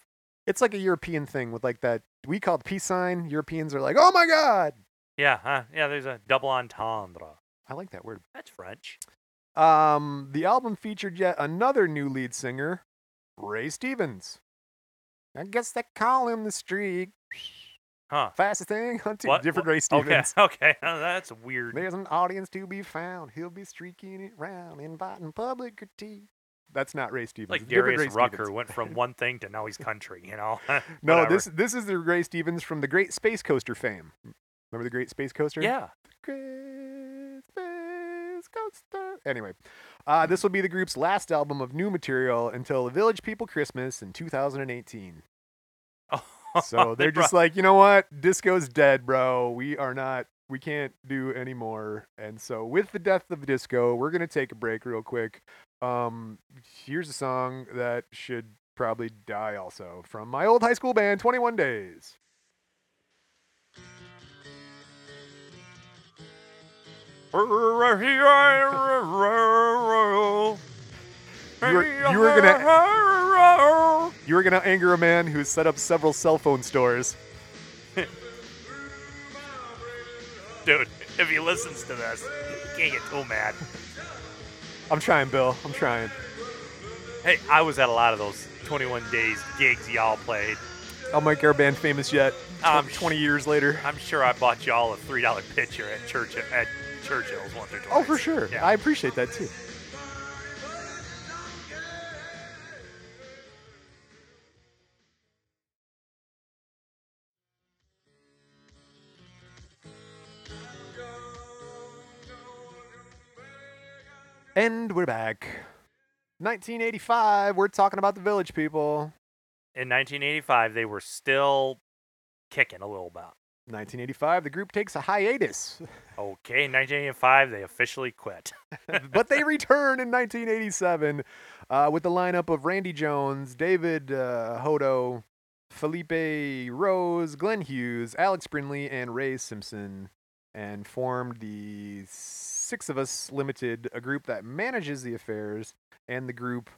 Speaker 1: It's like a European thing with like that. We call it peace sign. Europeans are like, oh my god.
Speaker 2: Yeah, huh? Yeah, there's a double entendre.
Speaker 1: I like that word.
Speaker 2: That's French.
Speaker 1: Um, the album featured yet another new lead singer, Ray Stevens. I guess they call him the streak.
Speaker 2: Huh.
Speaker 1: Fastest thing hunting.
Speaker 2: What-
Speaker 1: Different
Speaker 2: what-
Speaker 1: Ray
Speaker 2: Okay,
Speaker 1: Stevens.
Speaker 2: okay. That's weird.
Speaker 1: There's an audience to be found. He'll be streaking it round, inviting public critique. That's not Ray Stevens.
Speaker 2: like
Speaker 1: It's a different
Speaker 2: Darius
Speaker 1: Ray
Speaker 2: Rucker
Speaker 1: Stevens.
Speaker 2: went from one thing to now he's country, you know?
Speaker 1: No,
Speaker 2: Whatever.
Speaker 1: this this is the Ray Stevens from the Great Space Coaster fame. Remember the Great Space Coaster?
Speaker 2: Yeah.
Speaker 1: Christmas coaster. Anyway, uh, this will be the group's last album of new material until The Village People Christmas in 2018. So
Speaker 2: They
Speaker 1: they're just like, you know what? Disco's dead, bro. We are not, we can't do anymore. And so with the death of disco, we're going to take a break real quick. Um, here's a song that should probably die also from my old high school band, 21 Days.
Speaker 2: You
Speaker 1: were- you were
Speaker 2: gonna.
Speaker 1: You were gonna anger a man who's set up several cell phone stores.
Speaker 2: Dude, if he listens to this, he can't get too mad.
Speaker 1: I'm trying, Bill. I'm trying.
Speaker 2: Hey, I was at a lot of those 21 days gigs y'all played.
Speaker 1: I'll make our band famous yet.
Speaker 2: Um,
Speaker 1: 20 years later.
Speaker 2: I'm sure I bought y'all a three dollar pitcher at Church at Churchill's once or twice.
Speaker 1: Oh, for sure.
Speaker 2: Yeah.
Speaker 1: I appreciate that too. And we're back. 1985. We're talking about the Village People.
Speaker 2: In 1985, they were still kicking a little bit.
Speaker 1: 1985. The group takes a hiatus,
Speaker 2: Okay, in 1985, they officially quit.
Speaker 1: but they return in 1987 uh, with the lineup of Randy Jones, David uh, Hodo, Felipe Rose, Glenn Hughes, Alex Brindley, and Ray Simpson, and formed the Six of Us Limited, a group that manages the affairs and the group.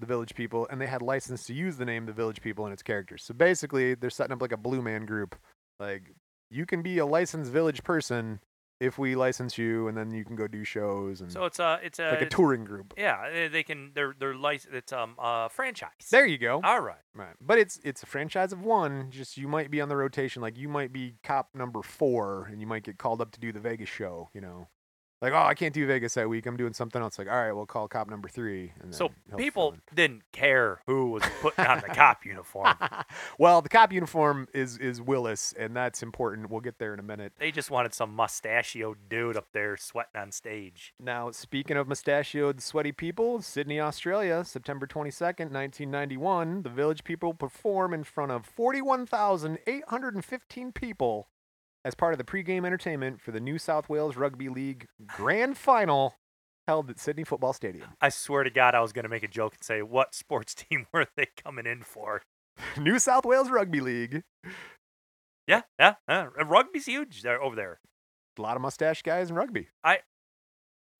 Speaker 1: The Village People, and they had license to use the name The Village People and its characters. So basically, they're setting up like a Blue Man group. Like, you can be a licensed Village person if we license you, and then you can go do shows and
Speaker 2: So it's a it's a,
Speaker 1: Hmm. like a
Speaker 2: it's-
Speaker 1: touring group.
Speaker 2: Yeah, they- they can. They're they're licensed. It's um uh franchise.
Speaker 1: There you go.
Speaker 2: All right.
Speaker 1: Right. But it's it's a franchise of one. Just you might be on the rotation. Like you might be cop number four, and you might get called up to do the Vegas show. You know, like oh I can't do Vegas that week. I'm doing something else. Like all right, we'll call cop number three. And
Speaker 2: So
Speaker 1: then he'll
Speaker 2: people
Speaker 1: fill
Speaker 2: didn't care who was putting on the cop uniform.
Speaker 1: in. well, the cop uniform is is Willis, and that's important. We'll get there in a minute.
Speaker 2: They just wanted some mustachioed dude up there sweating on stage.
Speaker 1: Now, speaking of mustachioed, sweaty people, Sydney, Australia, September 22nd, 1991, the Village People perform in front of 41,815 people as part of the pregame entertainment for the New South Wales Rugby League Grand Final held at Sydney Football Stadium.
Speaker 2: I swear to God, I was gonna make a joke and say, "What sports team were they coming in for?"
Speaker 1: New South Wales Rugby League.
Speaker 2: Yeah, yeah. yeah. Rugby's huge there over there.
Speaker 1: A lot of mustache guys in rugby.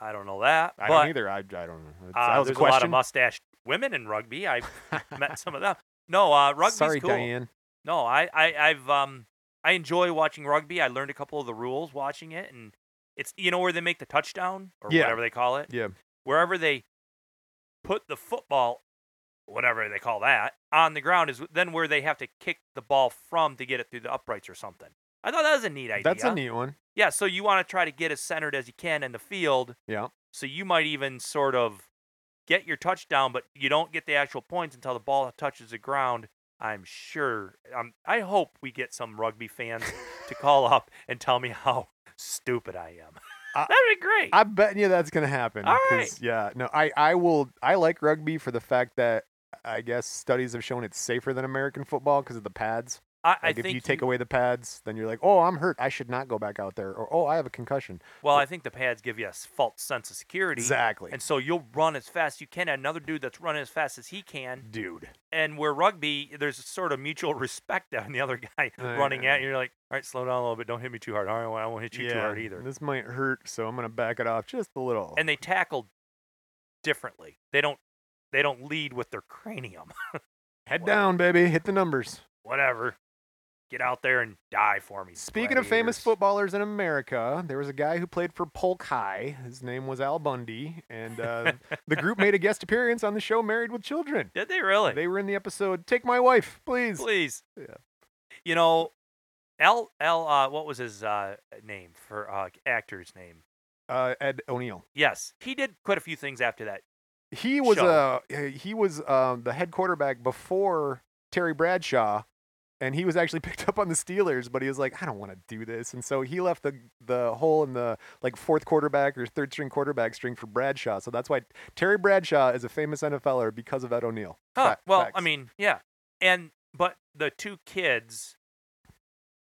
Speaker 2: I don't know that,
Speaker 1: I
Speaker 2: but
Speaker 1: don't either. I, I don't know. It's-
Speaker 2: uh,
Speaker 1: that was a
Speaker 2: there's a, lot of
Speaker 1: question.
Speaker 2: mustached women in rugby. I met some of them. No, uh, rugby's
Speaker 1: Sorry,
Speaker 2: cool.
Speaker 1: Diane.
Speaker 2: No, I, I, I've, um, I enjoy watching rugby. I learned a couple of the rules watching it, and it's you know where they make the touchdown or
Speaker 1: Yeah.
Speaker 2: whatever they call it.
Speaker 1: Yeah.
Speaker 2: Wherever they put the football, whatever they call that, on the ground is then where they have to kick the ball from to get it through the uprights or something. I thought that was a neat idea.
Speaker 1: That's a neat one.
Speaker 2: Yeah, so you want to try to get as centered as you can in the field.
Speaker 1: Yeah.
Speaker 2: So you might even sort of get your touchdown, but you don't get the actual points until the ball touches the ground. I'm sure. Um, I hope we get some rugby fans to call up and tell me how stupid I am.
Speaker 1: I-
Speaker 2: That'd be great.
Speaker 1: I'm betting you that's gonna happen.
Speaker 2: All
Speaker 1: 'cause, Yeah. No, I, I will I like rugby for the fact that I guess studies have shown it's safer than American football because of the pads.
Speaker 2: I, I
Speaker 1: Like if
Speaker 2: think
Speaker 1: you take away the pads, then you're like, Oh, I'm hurt. I should not go back out there or oh I have a concussion.
Speaker 2: well, I think the pads give you a s- false sense of security,
Speaker 1: Exactly.
Speaker 2: and so you'll run as fast as you can at another dude that's running as fast as he can.
Speaker 1: Dude.
Speaker 2: and where rugby, there's a sort of mutual respect on the other guy
Speaker 1: Yeah,
Speaker 2: running
Speaker 1: yeah,
Speaker 2: at you. You're like, all right, slow down a little bit. Don't hit me too hard. All right, well, I won't hit you too hard either.
Speaker 1: This might hurt, so I'm gonna back it off just a little.
Speaker 2: And they tackle differently. They don't they don't lead with their cranium.
Speaker 1: Head down, baby, hit the numbers.
Speaker 2: Whatever. Get out there and die for me.
Speaker 1: Speaking of famous
Speaker 2: gladiators.
Speaker 1: footballers in America, there was a guy who played for Polk High. His name was Al Bundy, and uh, the group made a guest appearance on the show Married with Children.
Speaker 2: Did they really?
Speaker 1: They were in the episode "Take My Wife, Please."
Speaker 2: Please.
Speaker 1: Yeah.
Speaker 2: You know, L L uh what was his uh name for uh actor's name?
Speaker 1: Uh, Ed O'Neill.
Speaker 2: Yes. He did quite a few things after that.
Speaker 1: He was uh,
Speaker 2: Show.
Speaker 1: he was um, the head quarterback before Terry Bradshaw, and he was actually picked up on the Steelers. But he was like, "I don't want to do this," and so he left the the hole in the like fourth quarterback or third string quarterback string for Bradshaw. So that's why Terry Bradshaw is a famous NFLer er because of Ed O'Neill.
Speaker 2: Huh.
Speaker 1: Fa-
Speaker 2: well, I
Speaker 1: facts.
Speaker 2: mean, yeah. And but the two kids,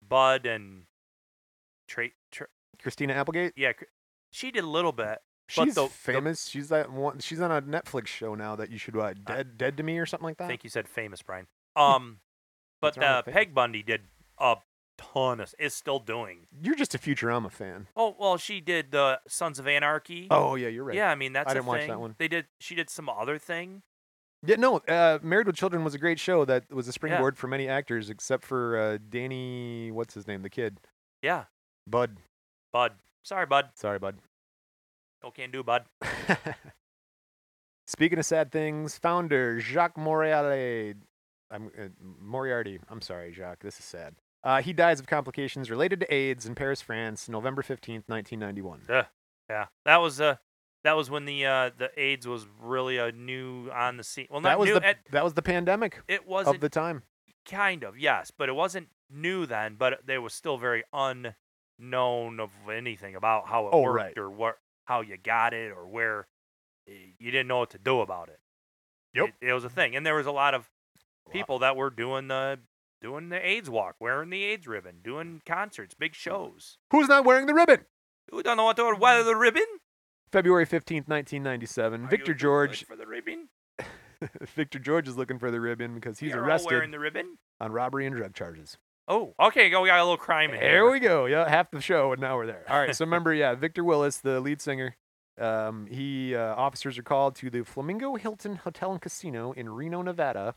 Speaker 2: Bud and Tra- Tra-
Speaker 1: Christina Applegate.
Speaker 2: yeah, Cr- she did a little bit.
Speaker 1: She's
Speaker 2: the- the-
Speaker 1: famous. she's that one. She's on a Netflix show now that you should uh, dead dead to me or something like
Speaker 2: I
Speaker 1: that.
Speaker 2: think you said famous, Brian. Um,
Speaker 1: Uh. Hmm. What's
Speaker 2: but
Speaker 1: wrong
Speaker 2: uh,
Speaker 1: with famous?
Speaker 2: Peg Bundy did a ton of is still doing.
Speaker 1: You're just a Futurama fan.
Speaker 2: Oh well, she did the Sons of Anarchy.
Speaker 1: Oh yeah, you're right.
Speaker 2: yeah, I mean that's
Speaker 1: I
Speaker 2: a
Speaker 1: didn't watch
Speaker 2: thing.
Speaker 1: that one.
Speaker 2: They did. She did some other thing.
Speaker 1: Yeah, no. Uh, Married with Children was a great show that was a springboard for many actors, except for uh, Danny. What's his name? The kid,
Speaker 2: Yeah,
Speaker 1: Bud.
Speaker 2: bud. Sorry, bud.
Speaker 1: Sorry, Bud.
Speaker 2: No can do, bud.
Speaker 1: Speaking of sad things, founder Jacques Moriarty. I'm uh, Moriarty. I'm sorry, Jacques. This is sad. Uh, he dies of complications related to AIDS in Paris, France, November 15th, 1991.
Speaker 2: Yeah, that was uh that was when the uh the AIDS was really a new on the scene. Well, not
Speaker 1: That was
Speaker 2: new.
Speaker 1: the
Speaker 2: it,
Speaker 1: that was the pandemic
Speaker 2: it wasn't
Speaker 1: of the time.
Speaker 2: kind of yes, but it wasn't new then. But they was still very unknown of anything about how it
Speaker 1: Oh,
Speaker 2: worked
Speaker 1: right.
Speaker 2: or what how you got it or where y- you didn't know what to do about it.
Speaker 1: Yep.
Speaker 2: it, it was a thing, and there was a lot of
Speaker 1: Lot.
Speaker 2: people that were doing the doing the AIDS walk, wearing the AIDS ribbon, doing concerts, big
Speaker 1: Mm.
Speaker 2: shows.
Speaker 1: Who's not wearing the ribbon?
Speaker 2: Who don't know what to wear the ribbon?
Speaker 1: February 15th, 1997.
Speaker 2: Are
Speaker 1: Mm. Victor
Speaker 2: you
Speaker 1: George
Speaker 2: good for the ribbon.
Speaker 1: Victor George is looking for the ribbon because he's
Speaker 2: You're all
Speaker 1: arrested
Speaker 2: wearing the ribbon.
Speaker 1: on robbery and drug charges.
Speaker 2: Oh, okay. Go. We got a little crime in
Speaker 1: There we go. Yeah, half the show, and now we're there. All right. So remember, yeah, Victor Willis, the lead singer. Um, he uh, officers are called to the Flamingo Hilton Hotel and Casino in Reno, Nevada,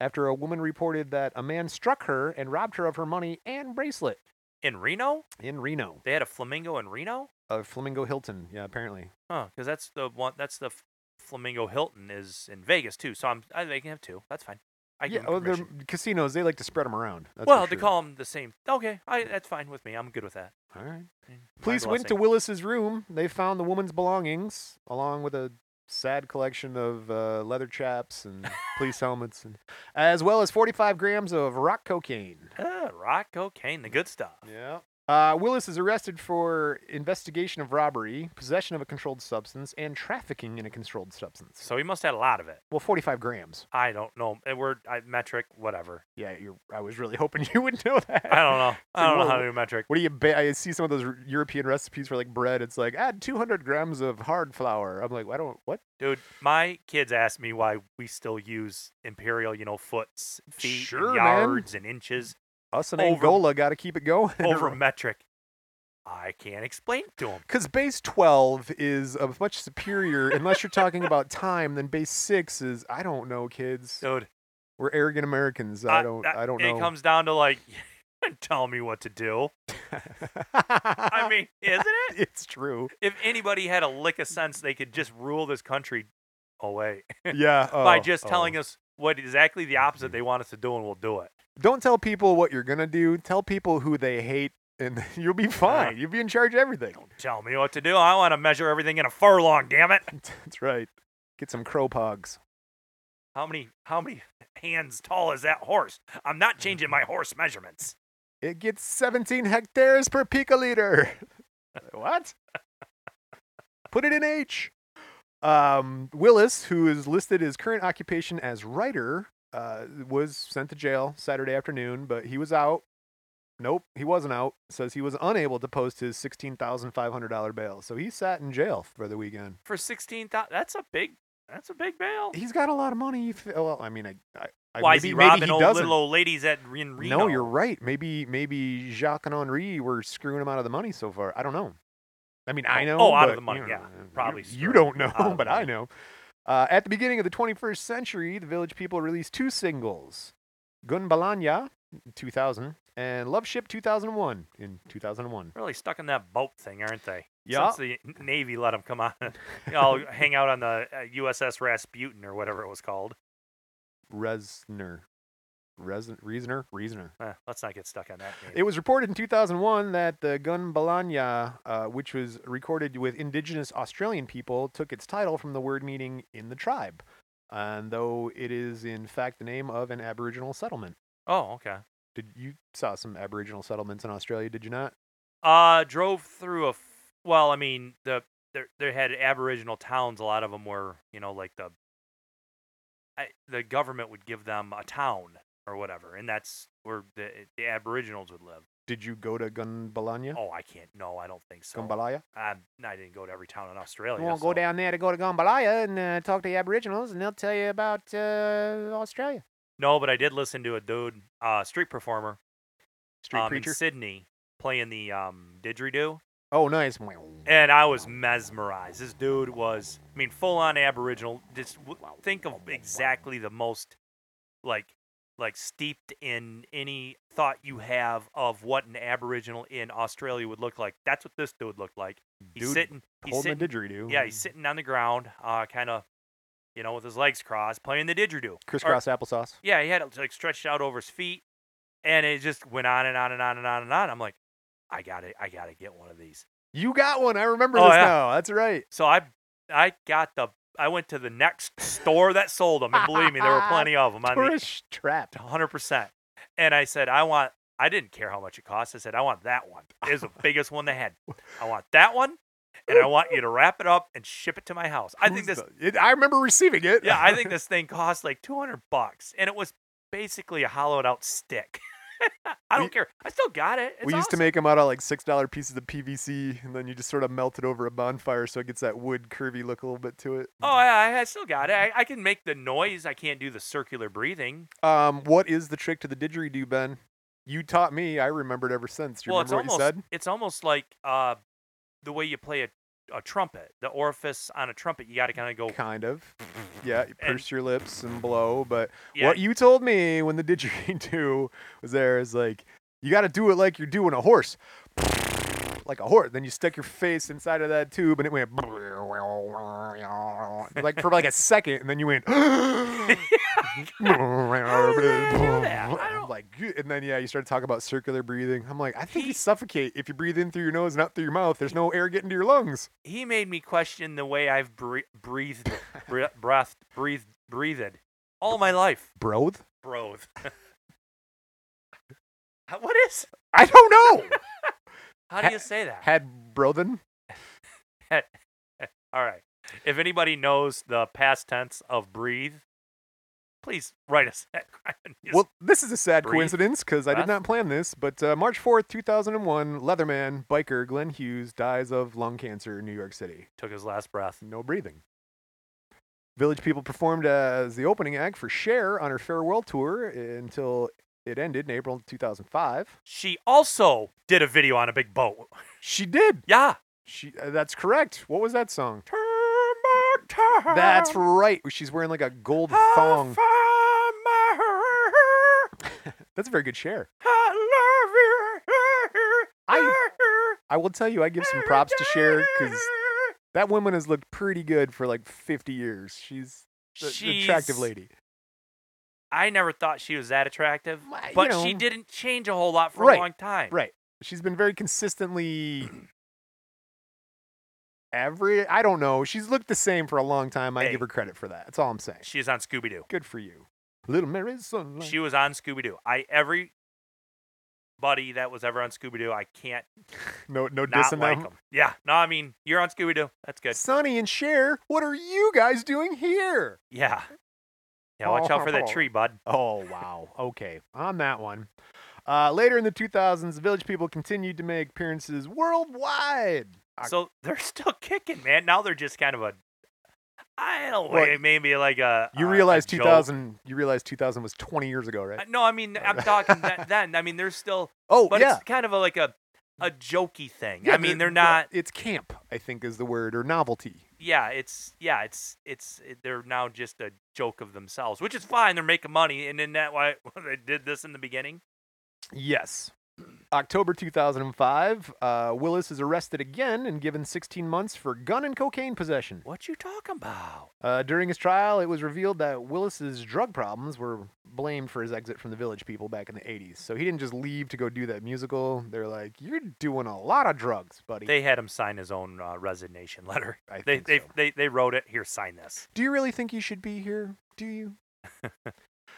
Speaker 1: after a woman reported that a man struck her and robbed her of her money and bracelet
Speaker 2: in Reno.
Speaker 1: in Reno.
Speaker 2: They had a flamingo in Reno.
Speaker 1: Uh, Flamingo Hilton. Yeah, apparently.
Speaker 2: Huh? Because that's the one. That's the f- flamingo Hilton is in Vegas too. So I'm. I, they can have two. That's fine. I
Speaker 1: yeah,
Speaker 2: give 'em
Speaker 1: oh, they're
Speaker 2: permission.
Speaker 1: casinos. They like to spread them around. That's for
Speaker 2: well, they
Speaker 1: sure.
Speaker 2: call them the same. Okay, I, that's fine with me. I'm good with that.
Speaker 1: All right.
Speaker 2: Mm, my
Speaker 1: Police went to
Speaker 2: blessing.
Speaker 1: Willis's room. They found the woman's belongings, along with a sad collection of uh, leather chaps and police helmets, and as well as 45 grams of rock cocaine.
Speaker 2: Ah, rock cocaine, the good stuff.
Speaker 1: Yeah. Uh, Willis is arrested for investigation of robbery, possession of a controlled substance, and trafficking in a controlled substance.
Speaker 2: So he must have had a lot of it.
Speaker 1: Well, 45 grams.
Speaker 2: I don't know. It were I, metric, whatever.
Speaker 1: Yeah, you're, I was really hoping you would know that.
Speaker 2: I don't know. I don't know how
Speaker 1: whoa.
Speaker 2: to do metric.
Speaker 1: What do you? Ba- I see some of those r- European recipes for like bread. It's like add 200 grams of hard flour. I'm like, I don't. What?
Speaker 2: Dude, my kids asked me why we still use imperial, you know, foots, feet, and
Speaker 1: Sure, man.
Speaker 2: yards, and inches
Speaker 1: Us in
Speaker 2: Over-
Speaker 1: Angola got to keep it going.
Speaker 2: over metric. I can't explain to them.
Speaker 1: Because base 12 is a much superior, unless you're talking about time, than base 6 is, I don't know, kids.
Speaker 2: Dude,
Speaker 1: We're arrogant Americans. I don't, I, don't know.
Speaker 2: It comes down to like, tell me what to do. I mean, isn't it?
Speaker 1: it's true.
Speaker 2: If anybody had a lick of sense, they could just rule this country away
Speaker 1: Yeah.
Speaker 2: by
Speaker 1: oh,
Speaker 2: just
Speaker 1: oh. Hmm.
Speaker 2: telling us what exactly the opposite they want us to do, and we'll do it.
Speaker 1: Don't tell people what you're going to do. Tell people who they hate, and you'll be fine. You'll be in charge of everything.
Speaker 2: Tell me what to do. I want to measure everything in a furlong. Damn it!
Speaker 1: That's right. Get some crow pogs.
Speaker 2: How many how many hands tall is that horse? I'm
Speaker 1: Hmm.
Speaker 2: not changing my horse measurements.
Speaker 1: It gets 17 hectares per picoliter. what? Put it in H. Um, Willis, who is listed his current occupation as writer, uh, was sent to jail Saturday afternoon, but he was out. Nope, he wasn't out. Says he was unable to post his $16,500 bail. So he sat in jail for the weekend.
Speaker 2: For sixteen thousand, that's a big that's a big bail.
Speaker 1: He's got a lot of money. if- Well, I mean, I, I, I
Speaker 2: Why
Speaker 1: maybe,
Speaker 2: is he
Speaker 1: maybe
Speaker 2: robbing
Speaker 1: he
Speaker 2: old
Speaker 1: doesn't.
Speaker 2: little old ladies at in Reno?
Speaker 1: No, you're right. Maybe maybe Jacques and Henri were screwing him out of the money so far. I don't know. I mean, I
Speaker 2: Oh,
Speaker 1: know.
Speaker 2: oh, out of
Speaker 1: but
Speaker 2: the money,
Speaker 1: you
Speaker 2: yeah,
Speaker 1: know, you-
Speaker 2: probably
Speaker 1: You,
Speaker 2: screwing
Speaker 1: don't
Speaker 2: him
Speaker 1: know,
Speaker 2: out of the
Speaker 1: but I
Speaker 2: money.
Speaker 1: know. Uh, at the beginning of the 21st century, the Village People released two singles: "Gun Balanya" (2000) and "Love Ship" (2001). In 2001,
Speaker 2: really stuck in that boat thing, aren't they?
Speaker 1: Yeah.
Speaker 2: Since the N- Navy let them come on, I'll hang out on the uh, USS Rasputin or whatever it was called.
Speaker 1: Resner, Reason, Reasoner, Reasoner.
Speaker 2: Eh, let's not get stuck on that. Name.
Speaker 1: It was reported in 2001 that the Gun Balanya, uh, which was recorded with indigenous Australian people, took its title from the word meaning in the tribe, and though it is in fact the name of an Aboriginal settlement.
Speaker 2: oh, okay.
Speaker 1: Did you saw some Aboriginal settlements in Australia? Did you not?
Speaker 2: Uh, drove through a. F- well, I mean, the there there had Aboriginal towns. A lot of them were, you know, like the. I, the government would give them a town or whatever, and that's where the the Aboriginals would live.
Speaker 1: Did you go to Gun Balanya?
Speaker 2: Oh, I can't. No, I don't think so.
Speaker 1: Gun Balanya?
Speaker 2: I'm, I didn't go to every town in Australia.
Speaker 1: You want to go
Speaker 2: so-
Speaker 1: down there to go to Gun Balanya and uh, talk to the Aboriginals, and they'll tell you about uh, Australia.
Speaker 2: No, but I did listen to a dude, uh, street performer,
Speaker 1: Street
Speaker 2: um, in
Speaker 1: preacher.
Speaker 2: Sydney playing the um, didgeridoo,
Speaker 1: Oh, nice.
Speaker 2: and I was mesmerized. This dude was, I mean, full on Aboriginal. Just w- think of exactly the most, like, like steeped in any thought you have of what an Aboriginal in Australia would look like. That's what this dude looked like. He's
Speaker 1: Dude
Speaker 2: sitting, he's
Speaker 1: holding
Speaker 2: sitting
Speaker 1: a didgeridoo.
Speaker 2: Yeah, he's sitting on the ground, uh, kind of, you know, with his legs crossed, playing the didgeridoo. Or-
Speaker 1: crisscross applesauce.
Speaker 2: yeah, he had it like stretched out over his feet, and it just went on and on and on and on and on. I'm like, I gotta, I gotta get one of these.
Speaker 1: You got one. I remember
Speaker 2: Oh,
Speaker 1: this
Speaker 2: yeah.
Speaker 1: now. That's right.
Speaker 2: So I, I got the, I went to the next store that sold them, and believe me, there were plenty of them on the
Speaker 1: Tourist trap.
Speaker 2: 100. percent And I said, I want. I didn't care how much it cost. I said, I want that one. It was the biggest one they had. I want that one, and I want you to wrap it up and ship it to my house. I think
Speaker 1: Who's
Speaker 2: this
Speaker 1: the- it- I remember receiving it.
Speaker 2: yeah, I think this thing cost like 200 bucks, and it was basically a hollowed out stick. I don't
Speaker 1: We-
Speaker 2: care. I still got it. It's
Speaker 1: we used to
Speaker 2: awesome.
Speaker 1: make them out of like six dollar pieces of PVC, and then you just sort of melt it over a bonfire, so it gets that wood curvy look a little bit to it.
Speaker 2: Oh, yeah, I, I still got it. I, I can make the noise. I can't do the circular breathing.
Speaker 1: Um, what is the trick to the didgeridoo, Ben? You taught me. I remembered ever since. Do you
Speaker 2: well, it's
Speaker 1: remember what
Speaker 2: almost
Speaker 1: you said?
Speaker 2: it's almost like uh, the way you play a, a trumpet, the orifice on a trumpet. You got to kind of go.
Speaker 1: Kind of. Yeah, you
Speaker 2: Oh. And-
Speaker 1: purse your lips and blow. But
Speaker 2: Yeah,
Speaker 1: what you told me when the didgeridoo was there is like you got to do it like you're doing a horse, like a horse. Then you stuck your face inside of that tube, and it went like for like a second, and then you went.
Speaker 2: do that? I don't-
Speaker 1: Like, and then yeah, you started talking about circular breathing. I'm like, I think
Speaker 2: He-
Speaker 1: you suffocate if you breathe in through your nose and out through your mouth. There's no air getting to your lungs.
Speaker 2: he made me question the way I've bre- breathed, bre- breathed, breathed, breathed all my life.
Speaker 1: Broth?
Speaker 2: Broth. what is?
Speaker 1: I don't know.
Speaker 2: How do
Speaker 1: Ha-
Speaker 2: you say that?
Speaker 1: Had brothen?
Speaker 2: All right. If anybody knows the past tense of breathe, please write us. at Grind News.
Speaker 1: Well, this is a sad
Speaker 2: breathe,
Speaker 1: coincidence because I did
Speaker 2: breath.
Speaker 1: not plan this, but uh, March 4th, 2001, Leatherman biker Glenn Hughes dies of lung cancer in New York City.
Speaker 2: took his last breath.
Speaker 1: No breathing. Village People performed as the opening act for Cher on her farewell tour until it ended in April 2005.
Speaker 2: She also did a video on a big boat.
Speaker 1: She did.
Speaker 2: Yeah.
Speaker 1: She. Uh, that's correct. What was that song?
Speaker 2: Turn back time.
Speaker 1: That's right. She's wearing like a gold thong. That's a very good Cher. I- I will tell you, I give some props to Cher because that woman has looked pretty good for like 50 years. She's a- an attractive lady.
Speaker 2: I never thought she was that attractive,
Speaker 1: Well, you
Speaker 2: but she
Speaker 1: know.
Speaker 2: didn't change a whole lot for
Speaker 1: Right,
Speaker 2: a long time.
Speaker 1: Right. She's been very consistently every I don't know. She's looked the same for a long time. I
Speaker 2: Hey.
Speaker 1: give her credit for that. That's all I'm saying.
Speaker 2: She is on Scooby Doo.
Speaker 1: Good for you. Little Mary's sunlight.
Speaker 2: She was on Scooby Doo. I every buddy that was ever on Scooby Doo, I can't
Speaker 1: no no
Speaker 2: not
Speaker 1: dissing
Speaker 2: like
Speaker 1: them.
Speaker 2: them. Yeah, no, I mean you're on Scooby Doo. That's good.
Speaker 1: Sonny and Cher, what are you guys doing here?
Speaker 2: Yeah, yeah. Watch out for that tree, bud.
Speaker 1: Oh, wow. Okay. On that one. Uh, later in the 2000s, Village People continued to make appearances worldwide. I-
Speaker 2: So they're still kicking, man. Now they're just kind of a, I don't know,
Speaker 1: Well,
Speaker 2: maybe like a.
Speaker 1: You
Speaker 2: Uh, a- a
Speaker 1: realize
Speaker 2: joke.
Speaker 1: 2000, you realize 2000 was 20 years ago, right?
Speaker 2: Uh, No, I mean I'm talking that, then. I mean they're still,
Speaker 1: oh,
Speaker 2: but
Speaker 1: yeah.
Speaker 2: it's kind of a, like a, a jokey thing.
Speaker 1: Yeah,
Speaker 2: I mean they're not.
Speaker 1: It's camp, I think, is the word, or novelty.
Speaker 2: yeah, it's yeah, it's it's it- they're now just a joke of themselves, which is fine. They're making money, and then that why they did this in the beginning.
Speaker 1: Yes. October 2005, uh, Willis is arrested again and given 16 months for gun and cocaine possession.
Speaker 2: What you talking about?
Speaker 1: Uh, during his trial, it was revealed that Willis's drug problems were blamed for his exit from the Village People back in the 80s. So he didn't just leave to go do that musical. They're like, "You're doing a lot of drugs, buddy."
Speaker 2: They had him sign his own uh, resignation letter.
Speaker 1: I
Speaker 2: They
Speaker 1: think
Speaker 2: they,
Speaker 1: so.
Speaker 2: they they wrote it here. Sign this.
Speaker 1: Do you really think you should be here? Do you?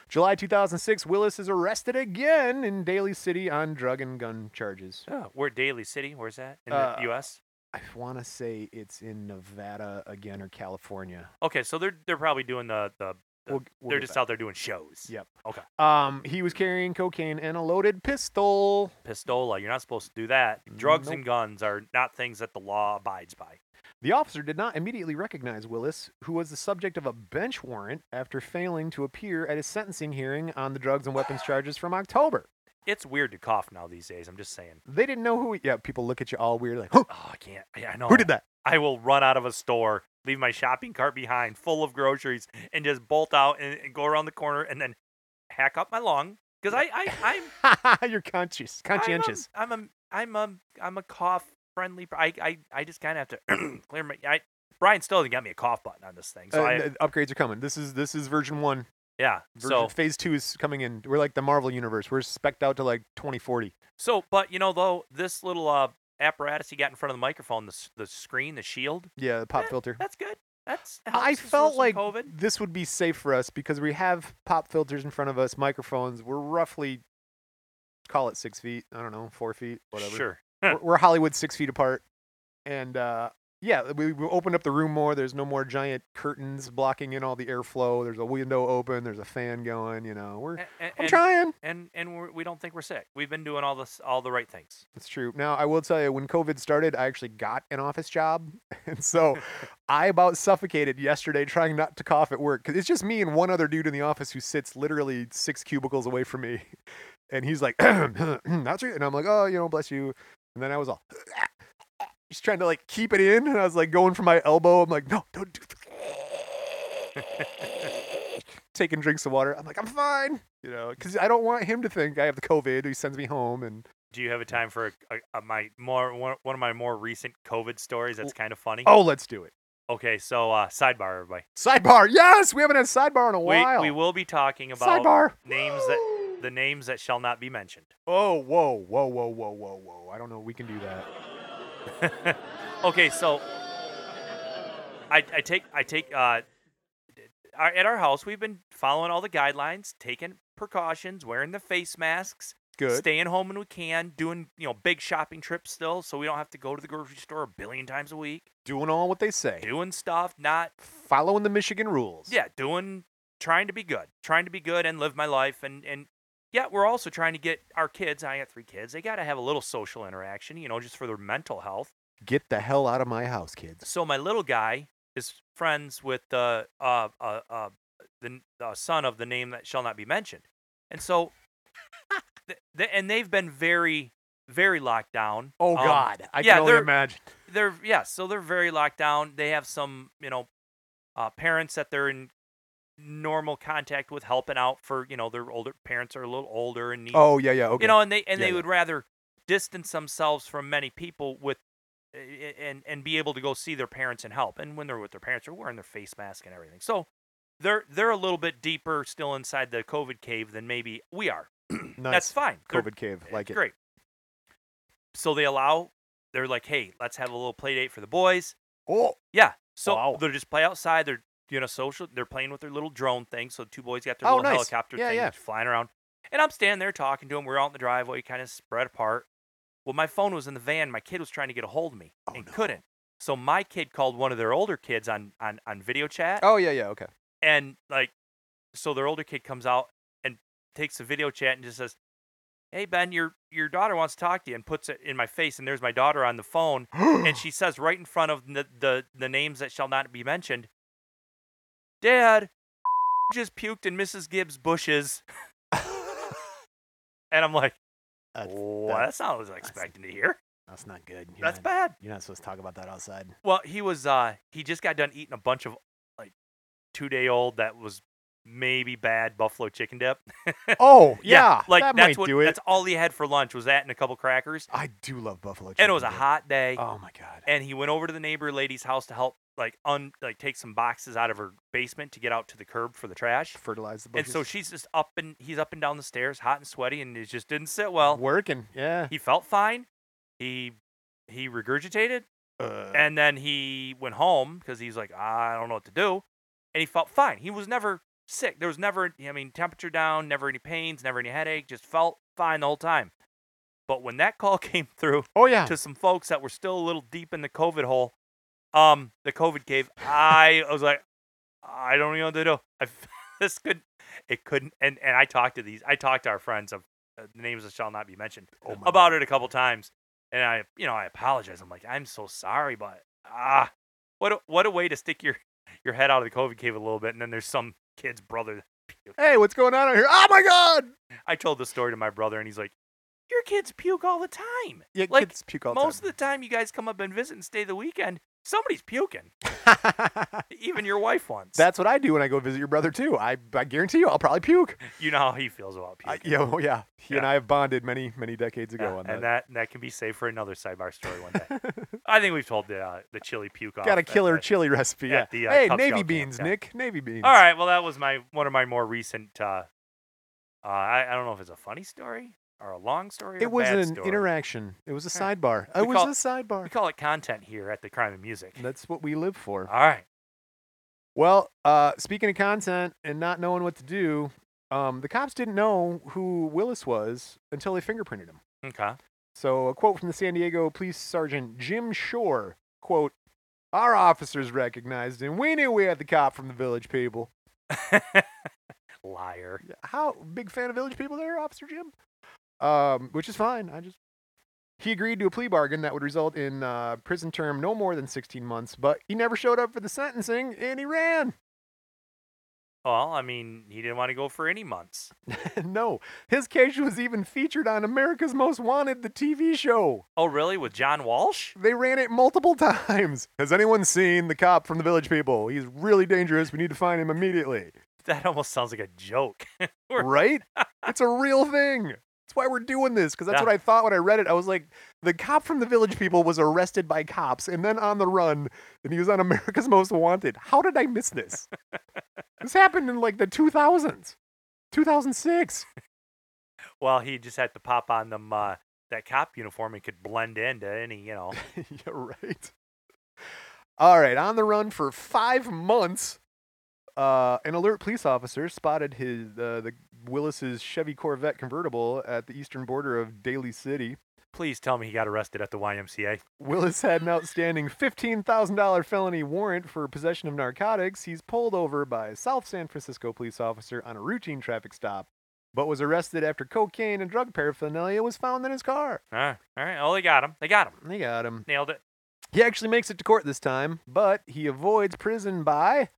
Speaker 1: July 2006, Willis is arrested again in Daly City on drug and gun charges.
Speaker 2: Oh, we're Daly City. Where's that in
Speaker 1: Uh,
Speaker 2: the U.S.?
Speaker 1: I want to say it's in Nevada again or California.
Speaker 2: Okay, so they're they're probably doing the the
Speaker 1: We'll, we'll
Speaker 2: they're
Speaker 1: get
Speaker 2: just out there doing shows.
Speaker 1: Yep.
Speaker 2: Okay.
Speaker 1: back. Um, he was carrying cocaine and a loaded pistol.
Speaker 2: Pistola. You're not supposed to do that. Drugs
Speaker 1: Nope.
Speaker 2: and guns are not things that the law abides by.
Speaker 1: The officer did not immediately recognize Willis, who was the subject of a bench warrant after failing to appear at his sentencing hearing on the drugs and weapons charges from October.
Speaker 2: it's weird to cough now these days. I'm just saying.
Speaker 1: They didn't know who. we- Yeah, people look at you all weird, like, "Huh,
Speaker 2: Oh, I can't. I, I know.
Speaker 1: who did that?
Speaker 2: I will run out of a store, leave my shopping cart behind, full of groceries, and just bolt out and, and go around the corner and then hack up my lung because I, I I'm
Speaker 1: You're conscious, conscientious.
Speaker 2: I'm a I'm a I'm a, I'm a cough friendly. I I, I just kind of have to clear my. I, Brian still hasn't got me a cough button on this thing, so
Speaker 1: Uh,
Speaker 2: I,
Speaker 1: n- upgrades are coming. This is this is version one.
Speaker 2: yeah.
Speaker 1: Version,
Speaker 2: So
Speaker 1: phase two is coming in. We're like the Marvel universe. We're specked out to like 2040.
Speaker 2: so, but you know though, this little uh apparatus he got in front of the microphone, the s- the screen, the shield,
Speaker 1: Yeah, the pop
Speaker 2: Eh,
Speaker 1: filter.
Speaker 2: that's good. That's helps
Speaker 1: I
Speaker 2: us with
Speaker 1: felt
Speaker 2: some
Speaker 1: like
Speaker 2: COVID.
Speaker 1: this would be safe for us because we have pop filters in front of us, microphones. We're roughly, call it six feet. I don't know, four feet, whatever.
Speaker 2: Sure.
Speaker 1: We're, we're Hollywood six feet apart, and uh, yeah, we, we opened up the room more. There's no more giant curtains blocking in all the airflow. There's a window open. There's a fan going. You know, we're.
Speaker 2: A- a-
Speaker 1: I'm
Speaker 2: and-
Speaker 1: trying.
Speaker 2: and and we're, we don't think we're sick. We've been doing all this, all the right things.
Speaker 1: It's true. Now, I will tell you, when COVID started, I actually got an office job. And so I about suffocated yesterday trying not to cough at work. 'cause it's just me and one other dude in the office who sits literally six cubicles away from me. And he's like, that's right. And I'm like, oh, you know, bless you. And then I was all, just trying to like keep it in. And I was like going for my elbow. I'm like, no, don't do Taking drinks of water. I'm like, I'm fine. You know, because I don't want him to think I have the COVID. He sends me home and
Speaker 2: Do you have a time for a, a, a, my more one one of my more recent COVID stories? That's kind of funny.
Speaker 1: oh, let's do it.
Speaker 2: Okay, so uh, sidebar, everybody.
Speaker 1: Sidebar. Yes, we haven't had sidebar in a while.
Speaker 2: We we will be talking about
Speaker 1: sidebar.
Speaker 2: names that the names that shall not be mentioned.
Speaker 1: Oh, whoa, whoa, whoa, whoa, whoa, whoa. I don't know. We can do that.
Speaker 2: Okay, so I, I take I take uh, our- at our house we've been following all the guidelines, taking precautions, wearing the face masks,
Speaker 1: Good.
Speaker 2: staying home when we can, doing you know big shopping trips still, so we don't have to go to the grocery store a billion times a week.
Speaker 1: Doing all what they say.
Speaker 2: Doing stuff, not
Speaker 1: Following the Michigan rules.
Speaker 2: yeah, doing trying to be good, trying to be good and live my life and and yeah, we're also trying to get our kids, I got 3 kids. They got to have a little social interaction, you know, just for their mental health.
Speaker 1: Get the hell out of my house, kids.
Speaker 2: So my little guy is friends with the uh uh uh the n- uh, son of the name that shall not be mentioned. And so th- th- and they've been very very locked down.
Speaker 1: Oh,
Speaker 2: Um,
Speaker 1: God. I
Speaker 2: yeah,
Speaker 1: can only
Speaker 2: they're-
Speaker 1: imagine.
Speaker 2: they're yeah, so they're very locked down. They have some, you know, uh, parents that they're in normal contact with, helping out for you know their older parents are a little older and need,
Speaker 1: Oh, yeah, yeah. Okay.
Speaker 2: you know, and they and
Speaker 1: Yeah,
Speaker 2: they
Speaker 1: yeah.
Speaker 2: would rather distance themselves from many people with a- a- and and be able to go see their parents and help. And when they're with their parents, they're wearing their face mask and everything. So they're they're a little bit deeper still inside the COVID cave than maybe we are.
Speaker 1: nice.
Speaker 2: That's fine. They're-
Speaker 1: COVID cave. Like it.
Speaker 2: Great. So they allow. They're like, hey, let's have a little play date for the boys.
Speaker 1: Oh,
Speaker 2: Yeah. So
Speaker 1: Wow.
Speaker 2: they'll just play outside. They're you know social. They're playing with their little drone thing. So two boys got their
Speaker 1: Oh,
Speaker 2: little
Speaker 1: nice.
Speaker 2: helicopter
Speaker 1: Yeah,
Speaker 2: thing
Speaker 1: yeah.
Speaker 2: flying around. And I'm standing there talking to them. We're out in the driveway, kind of spread apart. Well, my phone was in the van. My kid was trying to get a hold of me
Speaker 1: Oh,
Speaker 2: and
Speaker 1: no.
Speaker 2: couldn't. So my kid called one of their older kids on on on video chat
Speaker 1: oh, yeah, yeah. Okay.
Speaker 2: and like so their older kid comes out and takes a video chat and just says hey ben your your daughter wants to talk to you and puts it in my face and there's my daughter on the phone and she says right in front of the the, the names that shall not be mentioned dad just puked in mrs gibbs bushes and i'm like
Speaker 1: that's,
Speaker 2: well that's not what i was expecting to hear
Speaker 1: oh, that's not good. You're
Speaker 2: that's bad
Speaker 1: You're not supposed to talk about that outside.
Speaker 2: Well, he was uh he just got done eating a bunch of like two day old that was maybe bad buffalo chicken dip.
Speaker 1: Oh, yeah.
Speaker 2: like
Speaker 1: that
Speaker 2: that's
Speaker 1: might
Speaker 2: what
Speaker 1: do it.
Speaker 2: that's all he had for lunch was that and a couple crackers.
Speaker 1: I do love Buffalo chicken.
Speaker 2: And it was a
Speaker 1: dip.
Speaker 2: hot day.
Speaker 1: Oh, my God.
Speaker 2: And he went over to the neighbor lady's house to help like un like take some boxes out of her basement to get out to the curb for the trash.
Speaker 1: Fertilize the
Speaker 2: And
Speaker 1: bushes.
Speaker 2: so she's just up and he's up and down the stairs, hot and sweaty, and it just didn't sit well.
Speaker 1: Working. Yeah.
Speaker 2: He felt fine. He he regurgitated.
Speaker 1: Uh,
Speaker 2: And then he went home because he's like, I don't know what to do. And he felt fine. He was never sick. There was never, I mean, temperature down, never any pains, never any headache, just felt fine the whole time. But when that call came through
Speaker 1: oh, yeah.
Speaker 2: to some folks that were still a little deep in the COVID hole, um, the COVID cave, I was like, I don't even know what to do. I, this could, it couldn't. And, and I talked to these, I talked to our friends of uh, the names that shall not be mentioned
Speaker 1: Oh my
Speaker 2: about it a couple times, and I, you know, I apologize. I'm like, I'm so sorry, but ah, what a, what a way to stick your your head out of the COVID cave a little bit, and then there's some kid's brother
Speaker 1: Hey, what's going on out here? Oh my God!
Speaker 2: I told the story to my brother, and he's like, "Your kids puke all the time.
Speaker 1: Yeah,
Speaker 2: Like,
Speaker 1: kids puke all the
Speaker 2: Most of the time, you guys come up and visit and stay the weekend. Somebody's puking.
Speaker 1: time.
Speaker 2: Even your wife once.
Speaker 1: That's what I do when I go visit your brother too. I, I guarantee you, I'll probably puke.
Speaker 2: you know how he feels about
Speaker 1: I,
Speaker 2: puking.
Speaker 1: yeah, oh yeah. He and
Speaker 2: Yeah.
Speaker 1: I have bonded many, many decades ago
Speaker 2: Yeah,
Speaker 1: on
Speaker 2: and that and that can be saved for another sidebar story one day. I think we've told the uh, the chili puke off.
Speaker 1: Got a
Speaker 2: at
Speaker 1: killer
Speaker 2: the-
Speaker 1: chili recipe. Yeah.
Speaker 2: at the, uh,
Speaker 1: hey,
Speaker 2: Cub
Speaker 1: navy
Speaker 2: Scout camp,
Speaker 1: beans,
Speaker 2: yeah.
Speaker 1: Nick. Navy beans.
Speaker 2: All right, well that was my one of my more recent. Uh, uh, I, I don't know if it's a funny story or a long story. Or
Speaker 1: It
Speaker 2: a
Speaker 1: was
Speaker 2: bad
Speaker 1: an
Speaker 2: story.
Speaker 1: interaction. It was a
Speaker 2: All right.
Speaker 1: sidebar.
Speaker 2: We
Speaker 1: It was
Speaker 2: call-
Speaker 1: a
Speaker 2: We
Speaker 1: sidebar.
Speaker 2: call it content here at the Crime and Music.
Speaker 1: That's what we live for.
Speaker 2: All right.
Speaker 1: Well, uh, speaking of content and not knowing what to do, um, the cops didn't know who Willis was until they fingerprinted him.
Speaker 2: Okay.
Speaker 1: So, a quote from the San Diego Police Sergeant Jim Shore quote, Our officers recognized him. We knew we had the cop from the village people.
Speaker 2: Liar.
Speaker 1: Yeah, How big fan of village people there, Officer Jim? Um, which is fine. I just. He agreed to a plea bargain that would result in uh, prison term no more than 16 months, but he never showed up for the sentencing and he ran.
Speaker 2: Well, I mean, he didn't want to go for any months.
Speaker 1: no, his case was even featured on America's Most Wanted, the TV show.
Speaker 2: Oh, really? With John Walsh?
Speaker 1: They ran it multiple times. Has anyone seen the cop from the Village People? He's really dangerous. We need to find him immediately.
Speaker 2: That almost sounds like a joke. Sure.
Speaker 1: right? It's a real thing. That's why we're doing this, because that's
Speaker 2: Yeah.
Speaker 1: what I thought when I read it. I was like, the cop from the Village People was arrested by cops and then on the run, and he was on America's Most Wanted. How did I miss this? this happened in like the 2000s, 2006.
Speaker 2: well, he just had to pop on them uh, that cop uniform and could blend into any, you know.
Speaker 1: yeah, right. All right, on the run for five months, uh, an alert police officer spotted his uh, the Willis's Chevy Corvette convertible at the eastern border of Daly City.
Speaker 2: Please tell me he got arrested at the YMCA.
Speaker 1: Willis had an outstanding $15,000 felony warrant for possession of narcotics. He's pulled over by a South San Francisco police officer on a routine traffic stop, but was arrested after cocaine and drug paraphernalia was found in his car.
Speaker 2: All right. All right. Oh, they got him. They got him.
Speaker 1: They got him.
Speaker 2: Nailed it.
Speaker 1: He actually makes it to court this time, but he avoids prison by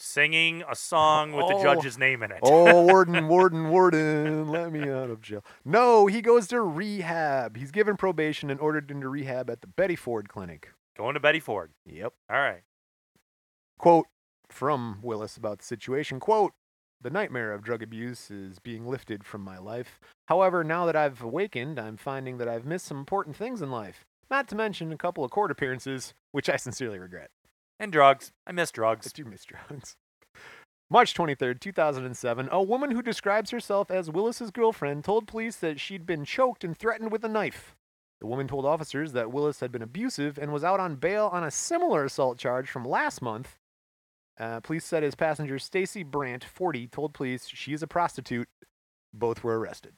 Speaker 2: Singing a song with
Speaker 1: Oh.
Speaker 2: the judge's name in it.
Speaker 1: oh warden, warden, warden, let me out of jail. No, he goes to rehab. He's given probation and ordered into rehab at the Betty Ford Clinic.
Speaker 2: Going to Betty Ford.
Speaker 1: Yep.
Speaker 2: All right.
Speaker 1: Quote from Willis about the situation. Quote. The nightmare of drug abuse is being lifted from my life. However, now that I've awakened, I'm finding that I've missed some important things in life, not to mention a couple of court appearances, which I sincerely regret.
Speaker 2: And drugs. I miss drugs.
Speaker 1: I do miss drugs. March 23rd, 2007, a woman who describes herself as Willis's girlfriend told police that she'd been choked and threatened with a knife. The woman told officers that Willis had been abusive and was out on bail on a similar assault charge from last month. Uh, police said his passenger, Stacy Brandt, 40, told police she is a prostitute. Both were arrested.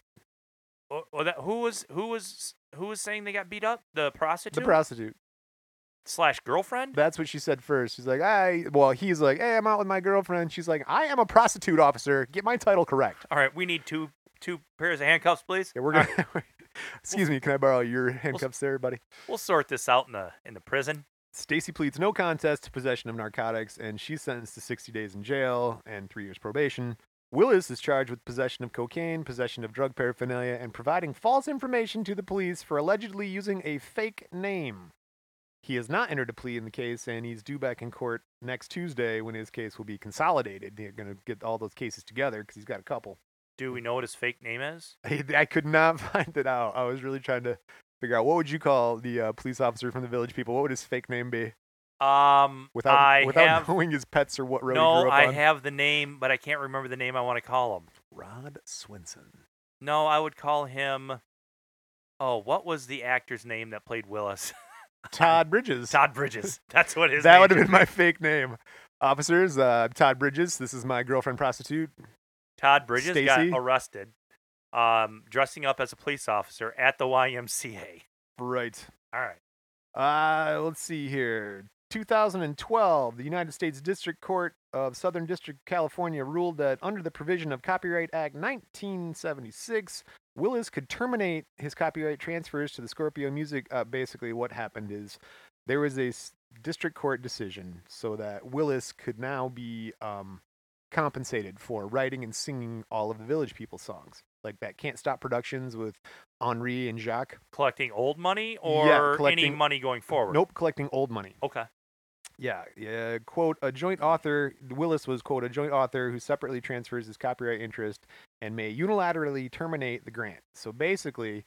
Speaker 2: Oh, oh, that, who was who was who was saying they got beat up?
Speaker 1: The
Speaker 2: The prostitute
Speaker 1: prostitute.
Speaker 2: slash girlfriend.
Speaker 1: That's what she said first. She's like, I, well, he's like, hey, I'm out with my girlfriend. She's like, I am a prostitute officer. Get my title correct.
Speaker 2: All right, we need two two pairs of handcuffs, please.
Speaker 1: Yeah, we're
Speaker 2: All
Speaker 1: gonna. excuse me, can I borrow your handcuffs there, buddy?
Speaker 2: right, we'll sort this out in the in the prison.
Speaker 1: Stacy pleads no contest to possession of narcotics, and she's sentenced to 60 days in jail and three years probation. Willis is charged with possession of cocaine, possession of drug paraphernalia, and providing false information to the police for allegedly using a fake name. He has not entered a plea in the case, and he's due back in court next Tuesday when his case will be consolidated. They're going to get all those cases together because he's got a couple.
Speaker 2: Do we know what his fake name is?
Speaker 1: I, I could not find it out. I was really trying to figure out what would you call the uh, police officer from the village people? What would his fake name be?
Speaker 2: Um,
Speaker 1: Without
Speaker 2: I
Speaker 1: without
Speaker 2: have
Speaker 1: knowing his pets or what road he
Speaker 2: no,
Speaker 1: grew up
Speaker 2: I
Speaker 1: on.
Speaker 2: have the name, but I can't remember the name I want to call him.
Speaker 1: Rod Swinson.
Speaker 2: No, I would call him. Oh, what was the actor's name that played Willis?
Speaker 1: Todd Bridges.
Speaker 2: Todd Bridges. That's what his.
Speaker 1: that
Speaker 2: name
Speaker 1: would have
Speaker 2: should
Speaker 1: been my fake name. Officers, uh, Todd Bridges. This is my girlfriend prostitute.
Speaker 2: Todd Bridges
Speaker 1: Stacy?
Speaker 2: got arrested, um, dressing up as a police officer at the YMCA.
Speaker 1: Right.
Speaker 2: All right.
Speaker 1: Uh, let's see here. 2012, the United States District Court of Southern District, California ruled that under the provision of Copyright Act 1976, Willis could terminate his copyright transfers to the Scorpio Music. Uh, basically, what happened is there was a s- district court decision so that Willis could now be um, compensated for writing and singing all of the Village People songs, like that Can't Stop Productions with Henri and Jacques.
Speaker 2: Collecting old money or any
Speaker 1: collecting-
Speaker 2: money going forward?
Speaker 1: Nope, collecting old money.
Speaker 2: Okay.
Speaker 1: Yeah, yeah. Quote a joint author. Willis was quote a joint author who separately transfers his copyright interest and may unilaterally terminate the grant. So basically,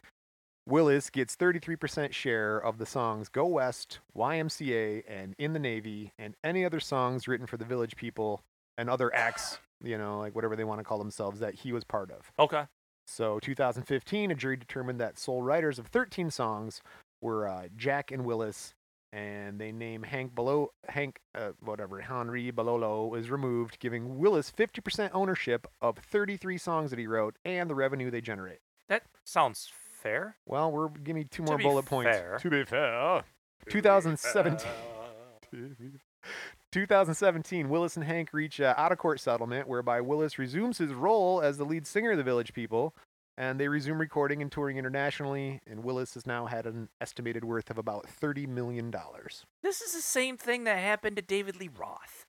Speaker 1: Willis gets 33% share of the songs "Go West," "YMCA," and "In the Navy," and any other songs written for the Village People and other acts. You know, like whatever they want to call themselves that he was part of.
Speaker 2: Okay.
Speaker 1: So, 2015, a jury determined that sole writers of 13 songs were uh, Jack and Willis, and they name Hank Belo Hank uh, whatever Henry Balolo was removed, giving Willis 50% ownership of 33 songs that he wrote and the revenue they generate.
Speaker 2: That sounds fair.
Speaker 1: Well, we're give me two
Speaker 2: To
Speaker 1: more
Speaker 2: be
Speaker 1: bullet points.
Speaker 2: fair.
Speaker 1: To be fair, 2017. 2017, Willis and Hank reach an out of court settlement whereby Willis resumes his role as the lead singer of the Village People, and they resume recording and touring internationally. And Willis has now had an estimated worth of about $30 million.
Speaker 2: This is the same thing that happened to David Lee Roth.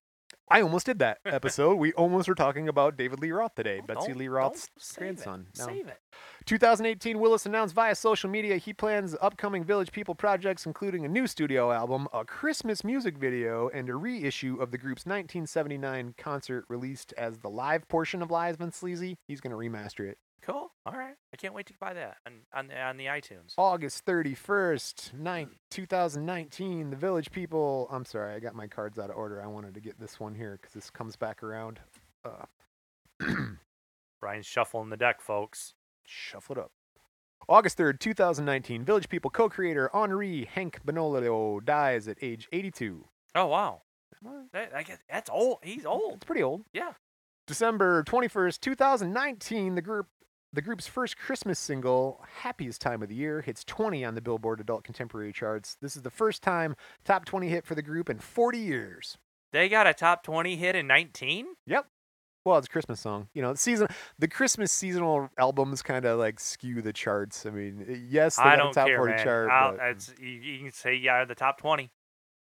Speaker 1: I almost did that episode. we almost were talking about David Lee Roth today,
Speaker 2: Oh,
Speaker 1: Betsy
Speaker 2: don't-
Speaker 1: Lee
Speaker 2: don't
Speaker 1: Roth's
Speaker 2: save it.
Speaker 1: grandson. No.
Speaker 2: Save it.
Speaker 1: 2018, Willis announced via social media he plans upcoming Village People projects, including a new studio album, a Christmas music video, and a reissue of the group's 1979 concert released as the live portion of Live and Sleazy. He's going to remaster it.
Speaker 2: Cool. All right. I can't wait to buy that on on the, on the iTunes.
Speaker 1: August 31st, 9, 2019, the Village People. I'm sorry, I got my cards out of order. I wanted to get this one here because this comes back around.
Speaker 2: Brian's shuffling the deck, folks.
Speaker 1: Shuffle it up. August 3rd, 2019, Village People co creator Henri Hank Benolio dies at age 82.
Speaker 2: Oh wow.
Speaker 1: Well,
Speaker 2: That, I guess that's old. He's old.
Speaker 1: Oh, It's pretty old.
Speaker 2: Yeah.
Speaker 1: December 21st, 2019, the group the group's first Christmas single, Happiest Time of the Year, hits 20 on the Billboard Adult Contemporary charts. This is the first time top 20 hit for the group in 40 years.
Speaker 2: They got a top twenty hit in nineteen.
Speaker 1: Well, it's a Christmas song. You know, the season the Christmas seasonal albums kind of like skew the charts. I mean, yes, they
Speaker 2: I
Speaker 1: got a
Speaker 2: don't
Speaker 1: top
Speaker 2: care,
Speaker 1: 40
Speaker 2: man.
Speaker 1: chart.
Speaker 2: I'll-
Speaker 1: but- mm.
Speaker 2: it's- you, you can say yeah, the top twenty.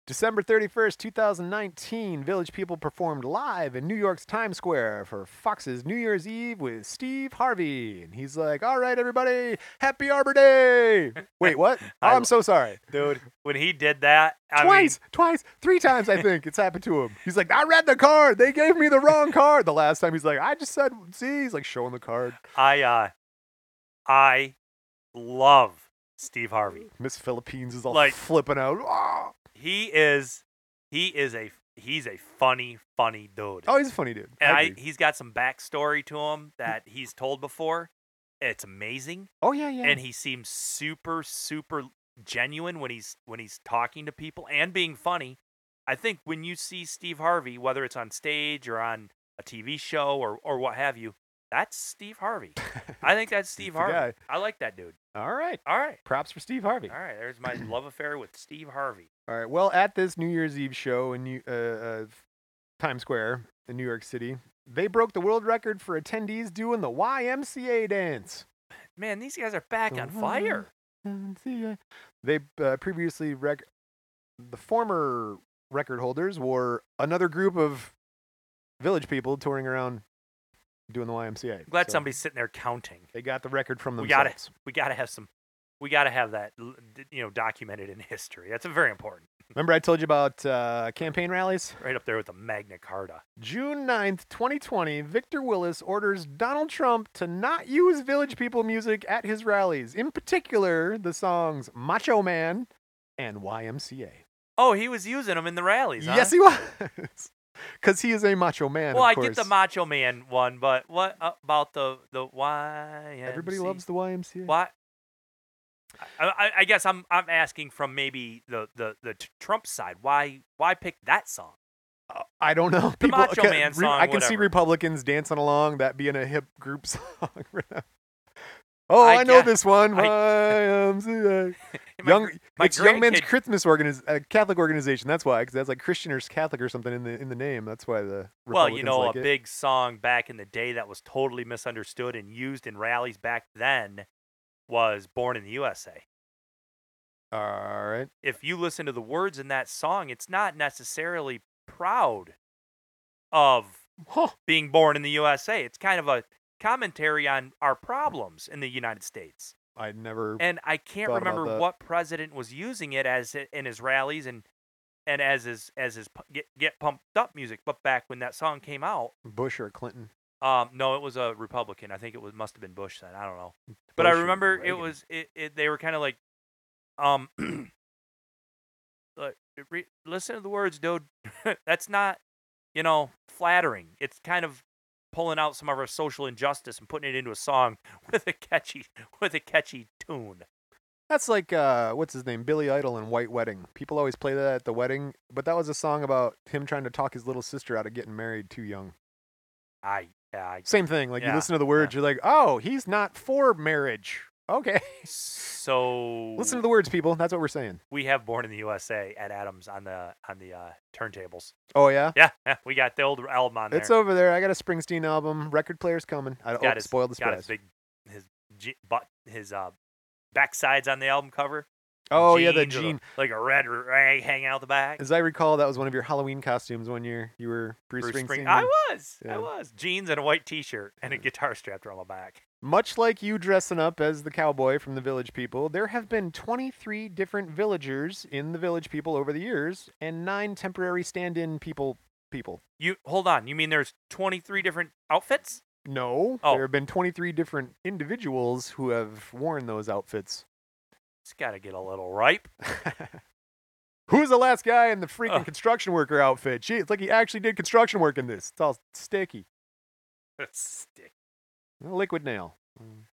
Speaker 1: December 31st, 2019, Village People performed live in New York's Times Square for Fox's New Year's Eve with Steve Harvey. And he's like, All right, everybody, happy Arbor Day. Wait, what? Oh,
Speaker 2: I-
Speaker 1: I'm so sorry.
Speaker 2: Dude, when he did that, I
Speaker 1: twice, twice, three times, I think it's happened to him. He's like, I read the card. They gave me the wrong card. The last time he's like, I just said, see, he's like showing the card.
Speaker 2: mean, I uh, I love Steve Harvey.
Speaker 1: Miss Philippines is all
Speaker 2: Like-
Speaker 1: flipping out. Ah.
Speaker 2: He is, he is a he's a funny funny dude.
Speaker 1: Oh, he's a funny dude.
Speaker 2: and
Speaker 1: I
Speaker 2: I,
Speaker 1: agree.
Speaker 2: he's got some backstory to him that he's told before. It's amazing,
Speaker 1: oh, yeah, yeah.
Speaker 2: and he seems super, super genuine when he's when he's talking to people and being funny. I think when you see Steve Harvey, whether it's on stage or on a TV show or or what have you, that's Steve Harvey. I think that's Steve
Speaker 1: the
Speaker 2: Harvey.
Speaker 1: guy.
Speaker 2: I like that dude.
Speaker 1: all right.
Speaker 2: All right,
Speaker 1: Props for Steve Harvey.
Speaker 2: all right. There's my love affair with Steve Harvey.
Speaker 1: All right. Well, at this New Year's Eve show in New, uh, uh, Times Square in New York City, they broke the world record for attendees doing the YMCA dance.
Speaker 2: Man, these guys are back on fire.
Speaker 1: YMCA. They uh, previously rec- the former record holders were another group of village people touring around doing the YMCA.
Speaker 2: I'm glad
Speaker 1: So
Speaker 2: somebody's sitting there counting.
Speaker 1: They got the record from
Speaker 2: We got
Speaker 1: themselves.
Speaker 2: we got to have some we got to have that l- d- you know documented in history that's very important
Speaker 1: Remember, I told you about uh, campaign rallies.
Speaker 2: right up there with the magna carta
Speaker 1: June 9th, 2020, Victor Willis orders Donald Trump to not use Village People music at his rallies, in particular the songs Macho Man and YMCA.
Speaker 2: oh he was using them in the rallies huh?
Speaker 1: Yes, he was. Because he is a macho man.
Speaker 2: well
Speaker 1: of
Speaker 2: i get the
Speaker 1: course.
Speaker 2: macho man one but what about the the why
Speaker 1: Everybody loves the YMCA.
Speaker 2: why I, I, I guess I'm I'm asking from maybe the, the, the t- Trump side why why pick that song?
Speaker 1: Uh, I don't know.
Speaker 2: The
Speaker 1: People,
Speaker 2: Macho
Speaker 1: okay,
Speaker 2: Man
Speaker 1: re-
Speaker 2: song,
Speaker 1: I can see
Speaker 2: whatever.
Speaker 1: Republicans dancing along, that being a hip group song. oh, I,
Speaker 2: I
Speaker 1: know
Speaker 2: guess-
Speaker 1: this one.
Speaker 2: I-
Speaker 1: YMCA.
Speaker 2: My
Speaker 1: young,
Speaker 2: gr- my
Speaker 1: it's young men's
Speaker 2: grandkid-
Speaker 1: Christmas organiz- uh, Catholic organization. That's why, because that's like Christian or Catholic or something in the in the name. That's why the
Speaker 2: well, you
Speaker 1: Republicans
Speaker 2: know,
Speaker 1: like
Speaker 2: a
Speaker 1: it.
Speaker 2: big song back in the day that was totally misunderstood and used in rallies back then was "Born in the USA."
Speaker 1: All right,
Speaker 2: if you listen to the words in that song, it's not necessarily proud of
Speaker 1: Huh.
Speaker 2: being born in the USA. It's kind of a commentary on our problems in the United States.
Speaker 1: I never.
Speaker 2: And I can't
Speaker 1: Thought about
Speaker 2: remember
Speaker 1: that.
Speaker 2: what president was using it as i- in his rallies and and as his as his pu- get get pumped up music. But back when that song came out,
Speaker 1: Bush or Clinton.
Speaker 2: um, no, it was a Republican. I think it was must have been Bush then. I don't know. But
Speaker 1: Bush
Speaker 2: I
Speaker 1: and
Speaker 2: remember it
Speaker 1: Reagan.
Speaker 2: was it, it they were kind of like, um, like, re- listen to the words, dude. That's not, you know, flattering. It's kind of pulling out some of our social injustice and putting it into a song with a catchy with a catchy tune.
Speaker 1: That's like uh, what's his name, Billy Idol and White Wedding. People always play that at the wedding, but that was a song about him trying to talk his little sister out of getting married too young.
Speaker 2: I I
Speaker 1: Same thing. Like you
Speaker 2: Yeah,
Speaker 1: listen to the words, you're like, oh, he's not for marriage. Okay,
Speaker 2: so
Speaker 1: listen to the words, people. That's what we're saying.
Speaker 2: we have Born in the USA at Adams on the on the uh, turntables.
Speaker 1: Oh yeah.
Speaker 2: Yeah, yeah, we got the old album on there.
Speaker 1: It's over there. I got a Springsteen album. Record player's coming. I
Speaker 2: got
Speaker 1: oh,
Speaker 2: his-
Speaker 1: spoiled the
Speaker 2: got his
Speaker 1: surprise.
Speaker 2: big his je- butt his uh backsides on the album cover.
Speaker 1: Oh yeah, the
Speaker 2: Jeans with a-
Speaker 1: Gene.
Speaker 2: like a red rag hanging out the back.
Speaker 1: As I recall, that was one of your Halloween costumes one year. You were Bruce,
Speaker 2: Bruce Spring-
Speaker 1: Springsteen.
Speaker 2: I was,
Speaker 1: Yeah.
Speaker 2: I was jeans and a white T-shirt and a
Speaker 1: Yeah.
Speaker 2: guitar strapped around my back.
Speaker 1: Much like you dressing up as the cowboy from the Village People, there have been 23 different villagers in the Village People over the years, and nine temporary stand-in people. People.
Speaker 2: You hold on. You mean there's 23 different outfits?
Speaker 1: No,
Speaker 2: Oh.
Speaker 1: there have been 23 different individuals who have worn those outfits.
Speaker 2: It's got to get a little ripe.
Speaker 1: Who's the last guy in the freaking
Speaker 2: Ugh.
Speaker 1: construction worker outfit? Gee, it's like he actually did construction work in this. It's all sticky.
Speaker 2: Stick.
Speaker 1: Liquid nail.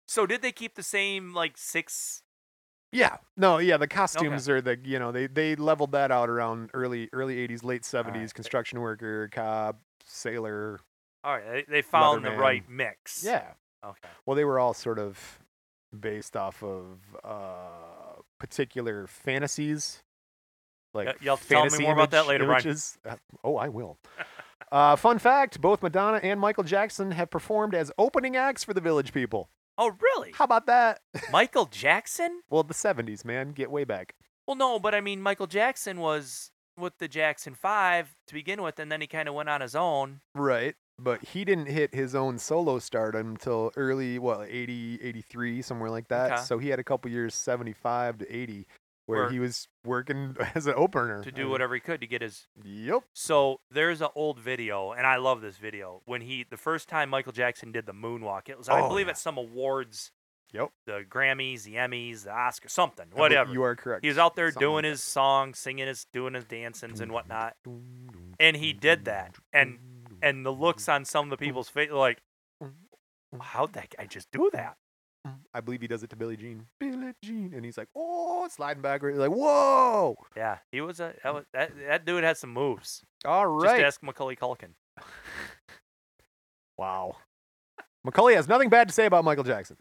Speaker 2: So did they keep the same like six?
Speaker 1: Yeah. No, yeah, the costumes are the you know, they they leveled that out around early early eighties, late seventies,
Speaker 2: Alright.
Speaker 1: construction worker, cop, sailor.
Speaker 2: All right, they, they found the
Speaker 1: Leatherman.
Speaker 2: right mix.
Speaker 1: Yeah.
Speaker 2: Okay.
Speaker 1: Well they were all sort of based off of uh particular fantasies. Like
Speaker 2: Y- you'll have to tell me
Speaker 1: fantasy
Speaker 2: more about that
Speaker 1: image-
Speaker 2: later, Brian.
Speaker 1: images. Uh, oh, I will. Uh, fun fact: Both Madonna and Michael Jackson have performed as opening acts for the Village People.
Speaker 2: Oh really?
Speaker 1: How about that?
Speaker 2: Michael Jackson?
Speaker 1: well, the '70s, man, get way back.
Speaker 2: Well, no, but I mean, Michael Jackson was with the Jackson Five to begin with, and then he kind of went on his own.
Speaker 1: Right. But he didn't hit his own solo stardom until early, what, 80, 83, somewhere like that.
Speaker 2: Okay.
Speaker 1: So he had a couple years, 75 to 80, where
Speaker 2: Where-
Speaker 1: he was working as an opener.
Speaker 2: to
Speaker 1: Uh,
Speaker 2: do whatever he could to get his.
Speaker 1: Yep.
Speaker 2: So there's an old video, and I love this video. When he the first time Michael Jackson did the moonwalk, it was I
Speaker 1: Oh,
Speaker 2: believe
Speaker 1: yeah.
Speaker 2: at some awards.
Speaker 1: Yep.
Speaker 2: The Grammys, the Emmys, the Oscars, something,
Speaker 1: I believe
Speaker 2: whatever.
Speaker 1: You are correct.
Speaker 2: He was out there
Speaker 1: Something
Speaker 2: doing
Speaker 1: like
Speaker 2: his song, singing his, doing his dancings and whatnot,
Speaker 1: that.
Speaker 2: and he did that. And and the looks on some of the people's face, like, how'd that guy just do that?
Speaker 1: I believe he does it to Billie Jean. Billie Jean. And he's like, oh, sliding backwards. Like, whoa.
Speaker 2: Yeah, he was a that was, that, that dude had some moves.
Speaker 1: All
Speaker 2: Just
Speaker 1: Mm. right.
Speaker 2: ask Macaulay Culkin.
Speaker 1: Wow. Macaulay has nothing bad to say about Michael Jackson.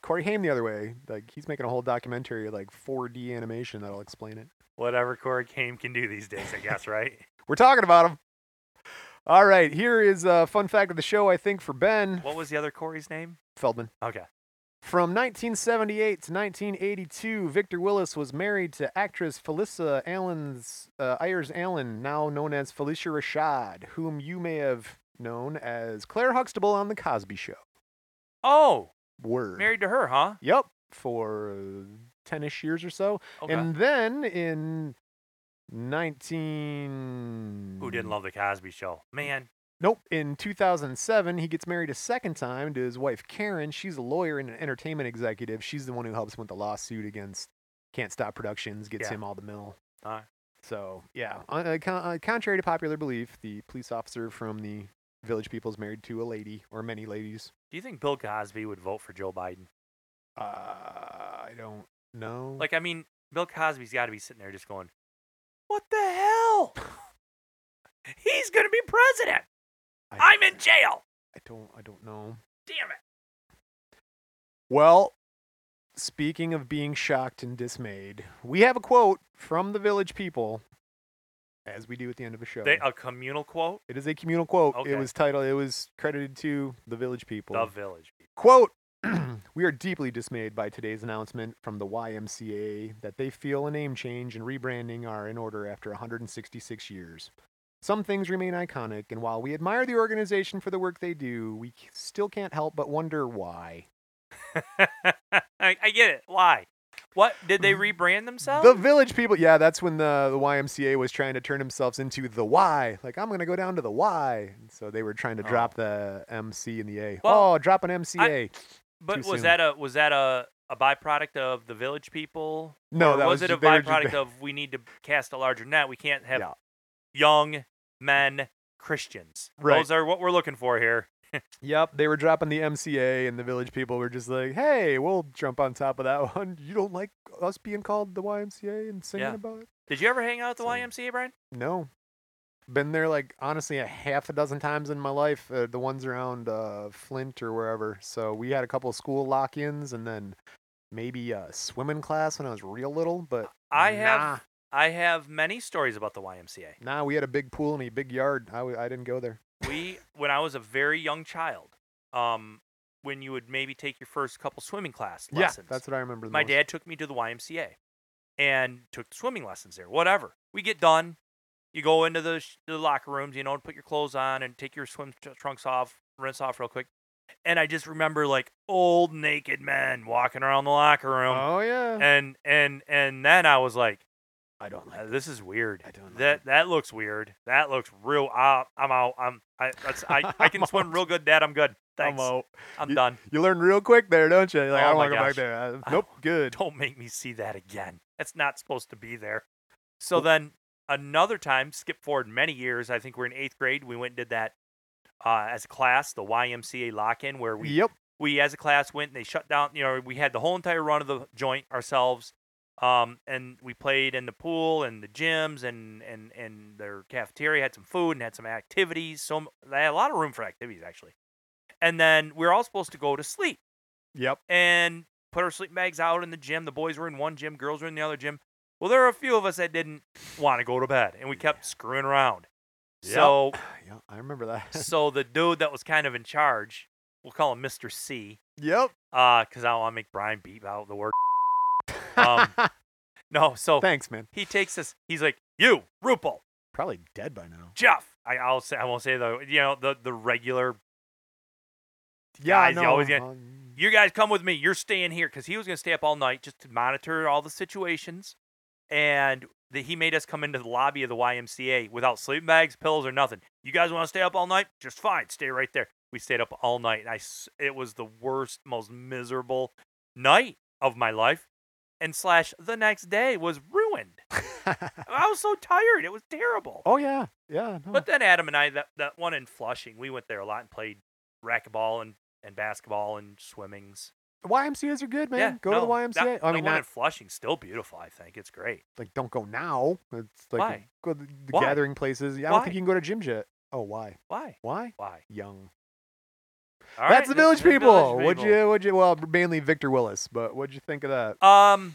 Speaker 1: Corey Haim the other way, like he's making a whole documentary like 4D animation that'll explain it.
Speaker 2: Whatever Corey Kame can do these days, I guess, right?
Speaker 1: We're talking about him. All right, here is a fun fact of the show I think for Ben
Speaker 2: what was the other Corey's name?
Speaker 1: Feldman.
Speaker 2: Okay.
Speaker 1: From 1978 to 1982, Victor Willis was married to actress Felissa Allen's uh, Ayers Allen, now known as Felicia Rashad, whom you may have known as Claire Huxtable on the Cosby Show.
Speaker 2: Oh,
Speaker 1: Word.
Speaker 2: married to her, huh?
Speaker 1: Yep, for uh, ten-ish years or so,
Speaker 2: Okay.
Speaker 1: and then in nineteen
Speaker 2: Who didn't love the Cosby Show? Man,
Speaker 1: Nope, in 2007, he gets married a second time to his wife Karen. She's a lawyer and an entertainment executive. She's the one who helps with the lawsuit against Can't Stop Productions, gets
Speaker 2: Yeah.
Speaker 1: him all the mill.
Speaker 2: Alright.
Speaker 1: So yeah, uh, uh, con- uh, contrary to popular belief, the police officer from the Village People is married to a lady or many ladies.
Speaker 2: do you think Bill Cosby would vote for Joe Biden?
Speaker 1: Uh, I don't know.
Speaker 2: Like, I mean, Bill Cosby's got to be sitting there just going, "What the hell? He's gonna be president.
Speaker 1: I,
Speaker 2: I'm in jail.
Speaker 1: I don't. I don't know.
Speaker 2: Damn it."
Speaker 1: Well, speaking of being shocked and dismayed, we have a quote from the village people, as we do at the end of a show.
Speaker 2: They, a communal quote.
Speaker 1: it is a communal quote.
Speaker 2: Okay.
Speaker 1: It was titled. It was credited to the village people.
Speaker 2: The village.
Speaker 1: Quote. We are deeply dismayed by today's announcement from the YMCA that they feel a name change and rebranding are in order after 166 years. Some things remain iconic, and while we admire the organization for the work they do, we c- still can't help but wonder why.
Speaker 2: I, I get it. Why? What did they rebrand themselves?
Speaker 1: Mm. The village people, yeah, that's when the, the YMCA was trying to turn themselves into the Y. Like, I'm going to go down to the Y. And so they were trying to
Speaker 2: Oh.
Speaker 1: drop the MC and the A.
Speaker 2: Well,
Speaker 1: oh, drop an MCA.
Speaker 2: but
Speaker 1: too
Speaker 2: was
Speaker 1: soon.
Speaker 2: that a was that a a byproduct of the village people?
Speaker 1: no,
Speaker 2: Or
Speaker 1: that
Speaker 2: was,
Speaker 1: was
Speaker 2: it a
Speaker 1: they were just-
Speaker 2: byproduct of we need to cast a larger net? We can't have
Speaker 1: Yeah.
Speaker 2: young men Christians.
Speaker 1: Right.
Speaker 2: Those are what we're looking for here.
Speaker 1: Yep, they were dropping the MCA, and the village people were just like, "Hey, we'll jump on top of that one." You don't like us being called the YMCA and singing
Speaker 2: Yeah.
Speaker 1: about it?
Speaker 2: Did you ever hang out at the
Speaker 1: So-
Speaker 2: YMCA, Brian?
Speaker 1: No, been there like honestly a half a dozen times in my life. Uh, the ones around uh, Flint or wherever. So we had a couple of school lock-ins, and then maybe a swimming class when I was real little. But
Speaker 2: I
Speaker 1: nah,
Speaker 2: have I have many stories about the YMCA.
Speaker 1: nah, we had a big pool and a big yard. I w- I didn't go there.
Speaker 2: we when I was a very young child, um, when you would maybe take your first couple swimming class lessons.
Speaker 1: that's what I remember. The
Speaker 2: my
Speaker 1: most.
Speaker 2: dad took me to the YMCA and took swimming lessons there. Whatever. We get done. You go into the, sh- the locker rooms, you know, and put your clothes on and take your swim tr- trunks off, rinse off real quick. And I just remember like old naked men walking around the locker room.
Speaker 1: Oh yeah,
Speaker 2: And and and then I was like,
Speaker 1: I don't like.
Speaker 2: uh, this is weird.
Speaker 1: I don't like
Speaker 2: That that looks weird. That looks real. Uh, I'm out. I'm I. That's, I. I can
Speaker 1: I'm
Speaker 2: swim
Speaker 1: out.
Speaker 2: real good, Dad. I'm good. Thanks.
Speaker 1: Homo.
Speaker 2: I'm,
Speaker 1: You-
Speaker 2: done.
Speaker 1: You learn real quick there, don't you? You're like,
Speaker 2: Oh
Speaker 1: I don't
Speaker 2: my
Speaker 1: want to go back
Speaker 2: gosh.
Speaker 1: there. Uh,
Speaker 2: I
Speaker 1: nope, good.
Speaker 2: Don't make me see that again. That's not supposed to be there. So then another time, skip forward many years. I think we're in eighth grade. We went and did that uh, as a class, the YMCA lock-in, where we
Speaker 1: Yep.
Speaker 2: we as a class went and they shut down you know we had the whole entire run of the joint ourselves um, and we played in the pool and the gyms and and and their cafeteria had some food and had some activities so m- they had a lot of room for activities actually and then we were all supposed to go to sleep
Speaker 1: Yep.
Speaker 2: and put our sleep bags out in the gym the boys were in one gym girls were in the other gym well there were a few of us that didn't want to go to bed and we kept screwing around
Speaker 1: Yep.
Speaker 2: so
Speaker 1: Yeah, I remember that.
Speaker 2: so the dude that was kind of in charge we'll call him mr c
Speaker 1: yep.
Speaker 2: uh, cause I don't want to make Brian beep out the word. Um, oh. No, so
Speaker 1: Thanks, man.
Speaker 2: he takes us. He's like, you, Rupal,
Speaker 1: Probably dead by now.
Speaker 2: Jeff. I, I'll say, I won't say the, you know, the the regular.
Speaker 1: Yeah, I
Speaker 2: Guys, you
Speaker 1: know,
Speaker 2: always get-
Speaker 1: um,
Speaker 2: You guys come with me. You're staying here because he was gonna stay up all night just to monitor all the situations, and the, he made us come into the lobby of the YMCA without sleeping bags, pillows, or nothing. You guys want to stay up all night? Just fine. Stay right there. We stayed up all night, and I. s- It was the worst, most miserable night of my life, and slash the next day was ruined. I was so tired. It was terrible.
Speaker 1: oh yeah, yeah. No.
Speaker 2: But then Adam and I, that, that one in Flushing, we went there a lot and played racquetball and, and basketball and swimmings.
Speaker 1: YMCA's are good, man.
Speaker 2: yeah,
Speaker 1: go
Speaker 2: no,
Speaker 1: to the YMCA.
Speaker 2: That,
Speaker 1: I
Speaker 2: the
Speaker 1: mean,
Speaker 2: one
Speaker 1: not
Speaker 2: in Flushing's still beautiful. I think it's great.
Speaker 1: like don't go now. It's like
Speaker 2: Why?
Speaker 1: go to the
Speaker 2: Why?
Speaker 1: gathering places. Yeah, I don't think
Speaker 2: Why?
Speaker 1: you can go to gym jet. Oh, why?
Speaker 2: Why?
Speaker 1: Why?
Speaker 2: Why?
Speaker 1: Young.
Speaker 2: All
Speaker 1: That's
Speaker 2: right,
Speaker 1: the village people.
Speaker 2: Village
Speaker 1: What'd
Speaker 2: People.
Speaker 1: you? What'd you? Well, mainly Victor Willis. But what'd you think of that?
Speaker 2: Um,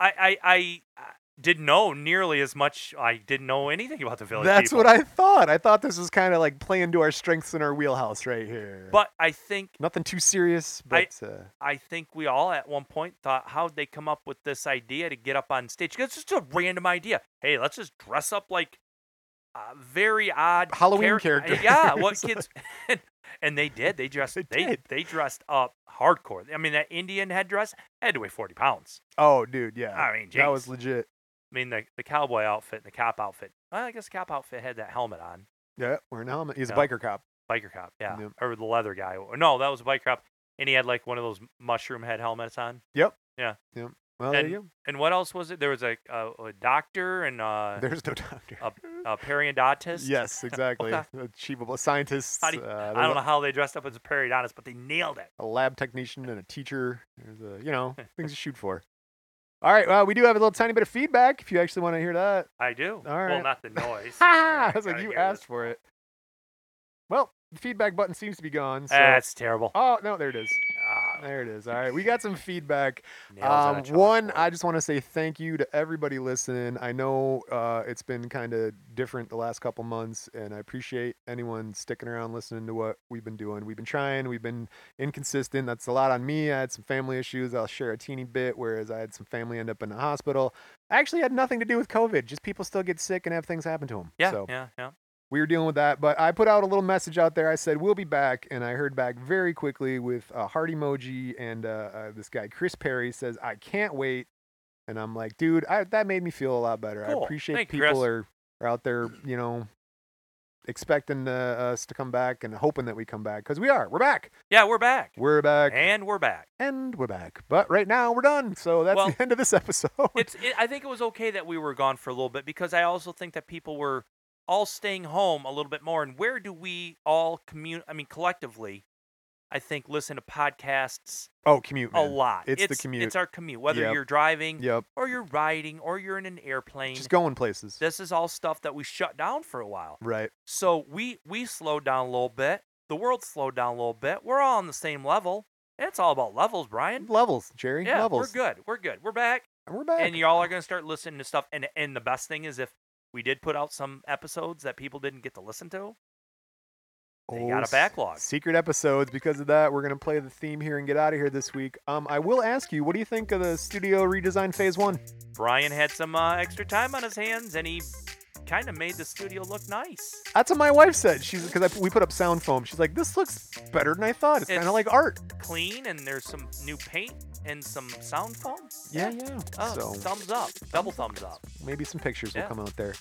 Speaker 2: I I I uh, didn't know nearly as much. I didn't know anything about the village.
Speaker 1: That's
Speaker 2: people.
Speaker 1: what I thought. I thought this was kind of like playing to our strengths in our wheelhouse right here.
Speaker 2: But I think
Speaker 1: nothing too serious,
Speaker 2: I-
Speaker 1: but uh,
Speaker 2: I think we all at one point thought, how'd they come up with this idea to get up on stage? 'Cause it's just a random idea. Hey, let's just dress up like uh, very odd
Speaker 1: Halloween
Speaker 2: charac-
Speaker 1: characters.
Speaker 2: Yeah, what kids? and they did. They dressed.
Speaker 1: They
Speaker 2: They
Speaker 1: did.
Speaker 2: they dressed up hardcore. I mean, that Indian headdress had to weigh forty pounds.
Speaker 1: oh, dude, yeah,
Speaker 2: I mean,
Speaker 1: that
Speaker 2: jeez.
Speaker 1: was legit.
Speaker 2: I mean, the, the cowboy outfit and the cop outfit. Well, I guess the cop outfit had that helmet on.
Speaker 1: Yeah, wearing a helmet. He's
Speaker 2: Yeah.
Speaker 1: a biker cop.
Speaker 2: Biker cop, yeah,
Speaker 1: Yep.
Speaker 2: or the leather guy. No, that was a biker cop, and he had like one of those mushroom head helmets on.
Speaker 1: Well,
Speaker 2: And
Speaker 1: there you
Speaker 2: And what else was it? There was a a, a doctor and
Speaker 1: go.
Speaker 2: a,
Speaker 1: There's no doctor.
Speaker 2: uh, a, a periodontist.
Speaker 1: yes, exactly. Achievable scientists.
Speaker 2: How do you-
Speaker 1: uh,
Speaker 2: I
Speaker 1: there's
Speaker 2: don't
Speaker 1: a,
Speaker 2: know how they dressed up as a periodontist, but they nailed it.
Speaker 1: a lab technician and a teacher. There's a you know things to shoot for. All right. Well, we do have a little tiny bit of feedback if you actually want to hear that.
Speaker 2: I do.
Speaker 1: All
Speaker 2: Well,
Speaker 1: right.
Speaker 2: not the noise.
Speaker 1: I
Speaker 2: Yeah,
Speaker 1: was like,
Speaker 2: gotta
Speaker 1: you
Speaker 2: get rid of
Speaker 1: asked for it. Well, the feedback button seems to be gone.
Speaker 2: this.
Speaker 1: So.
Speaker 2: That's terrible.
Speaker 1: oh no, there it is.
Speaker 2: Ah,
Speaker 1: There it is. All right, we got some feedback.
Speaker 2: nails on a
Speaker 1: Um, one,
Speaker 2: chalkboard.
Speaker 1: I just want to say thank you to everybody listening. I know uh, it's been kind of different the last couple months, and I appreciate anyone sticking around listening to what we've been doing. We've been trying, we've been inconsistent. That's a lot on me. I had some family issues. I'll share a teeny bit, whereas I had some family end up in the hospital. I actually had nothing to do with COVID, just people still get sick and have things happen to them.
Speaker 2: yeah,
Speaker 1: So
Speaker 2: yeah, yeah.
Speaker 1: we were dealing with that. But I put out a little message out there. I said we'll be back, and I heard back very quickly with a heart emoji and uh, uh, this guy Chris Perry says I can't wait, and I'm like, dude, I, that made me feel a lot better.
Speaker 2: Cool.
Speaker 1: I appreciate
Speaker 2: Thank you,
Speaker 1: people
Speaker 2: Chris.
Speaker 1: are, are out there, you know, expecting uh, us to come back and hoping that we come back because we are. We're back.
Speaker 2: Yeah, we're back.
Speaker 1: We're back,
Speaker 2: And we're back.
Speaker 1: and we're back. But right now we're done. So that's
Speaker 2: Well,
Speaker 1: the end of this episode.
Speaker 2: It's. It, I think it was okay that we were gone for a little bit because I also think that people were all staying home a little bit more. And where do we all commun? I mean, collectively, I think listen to podcasts
Speaker 1: oh, commute.
Speaker 2: a
Speaker 1: man.
Speaker 2: lot.
Speaker 1: It's the commute.
Speaker 2: It's our commute. Whether
Speaker 1: Yep.
Speaker 2: you're driving
Speaker 1: Yep.
Speaker 2: or you're riding or you're in an airplane,
Speaker 1: Just going places.
Speaker 2: this is all stuff that we shut down for a while.
Speaker 1: right.
Speaker 2: So we we slowed down a little bit. The world slowed down a little bit. We're all on the same level. It's all about levels, Brian.
Speaker 1: Levels, Jerry.
Speaker 2: Yeah,
Speaker 1: levels.
Speaker 2: we're good. We're good. We're back.
Speaker 1: And we're back.
Speaker 2: And y'all are gonna start listening to stuff. And and the best thing is if we did put out some episodes that people didn't get to listen to. They got a
Speaker 1: s-
Speaker 2: backlog.
Speaker 1: Secret episodes. Because of that, we're gonna play the theme here and get out of here this week. Um, I will ask you, what do you think of the studio redesign phase one?
Speaker 2: Brian had some uh, extra time on his hands, and he kind of made the studio look nice.
Speaker 1: That's what my wife said. She's because we put up sound foam. She's like, this looks better than I thought. It's, kind
Speaker 2: It's-
Speaker 1: of like art.
Speaker 2: Clean, and there's some new paint and some sound foam.
Speaker 1: Yeah, yeah.
Speaker 2: Oh,
Speaker 1: so
Speaker 2: thumbs up, double thumbs up.
Speaker 1: maybe some pictures
Speaker 2: Yeah.
Speaker 1: will come out there.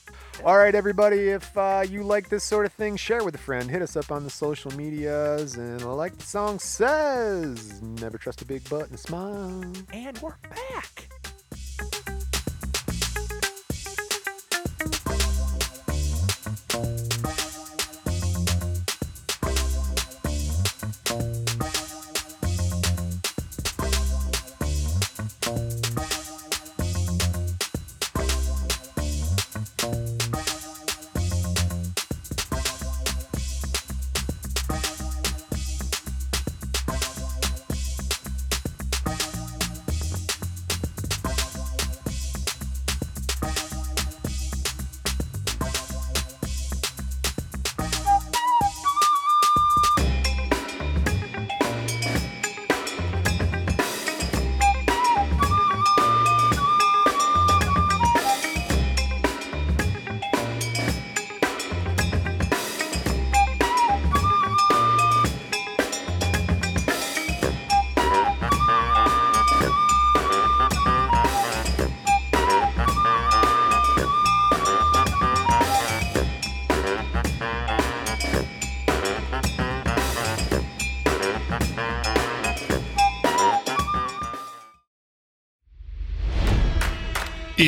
Speaker 1: All right, everybody. If uh, you like this sort of thing, share with a friend. Hit us up on the social medias, and like the song says, never trust a big butt and smile.
Speaker 2: And we're back.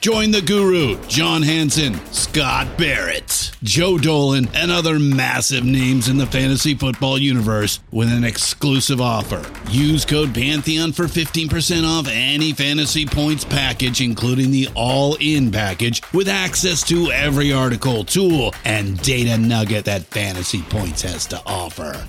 Speaker 3: Join the guru, John Hansen, Scott Barrett, Joe Dolan, and other massive names in the fantasy football universe with an exclusive offer. Use code Pantheon for 15% off any Fantasy Points package, including the all in package, with access to every article, tool, and data nugget that Fantasy Points has to offer.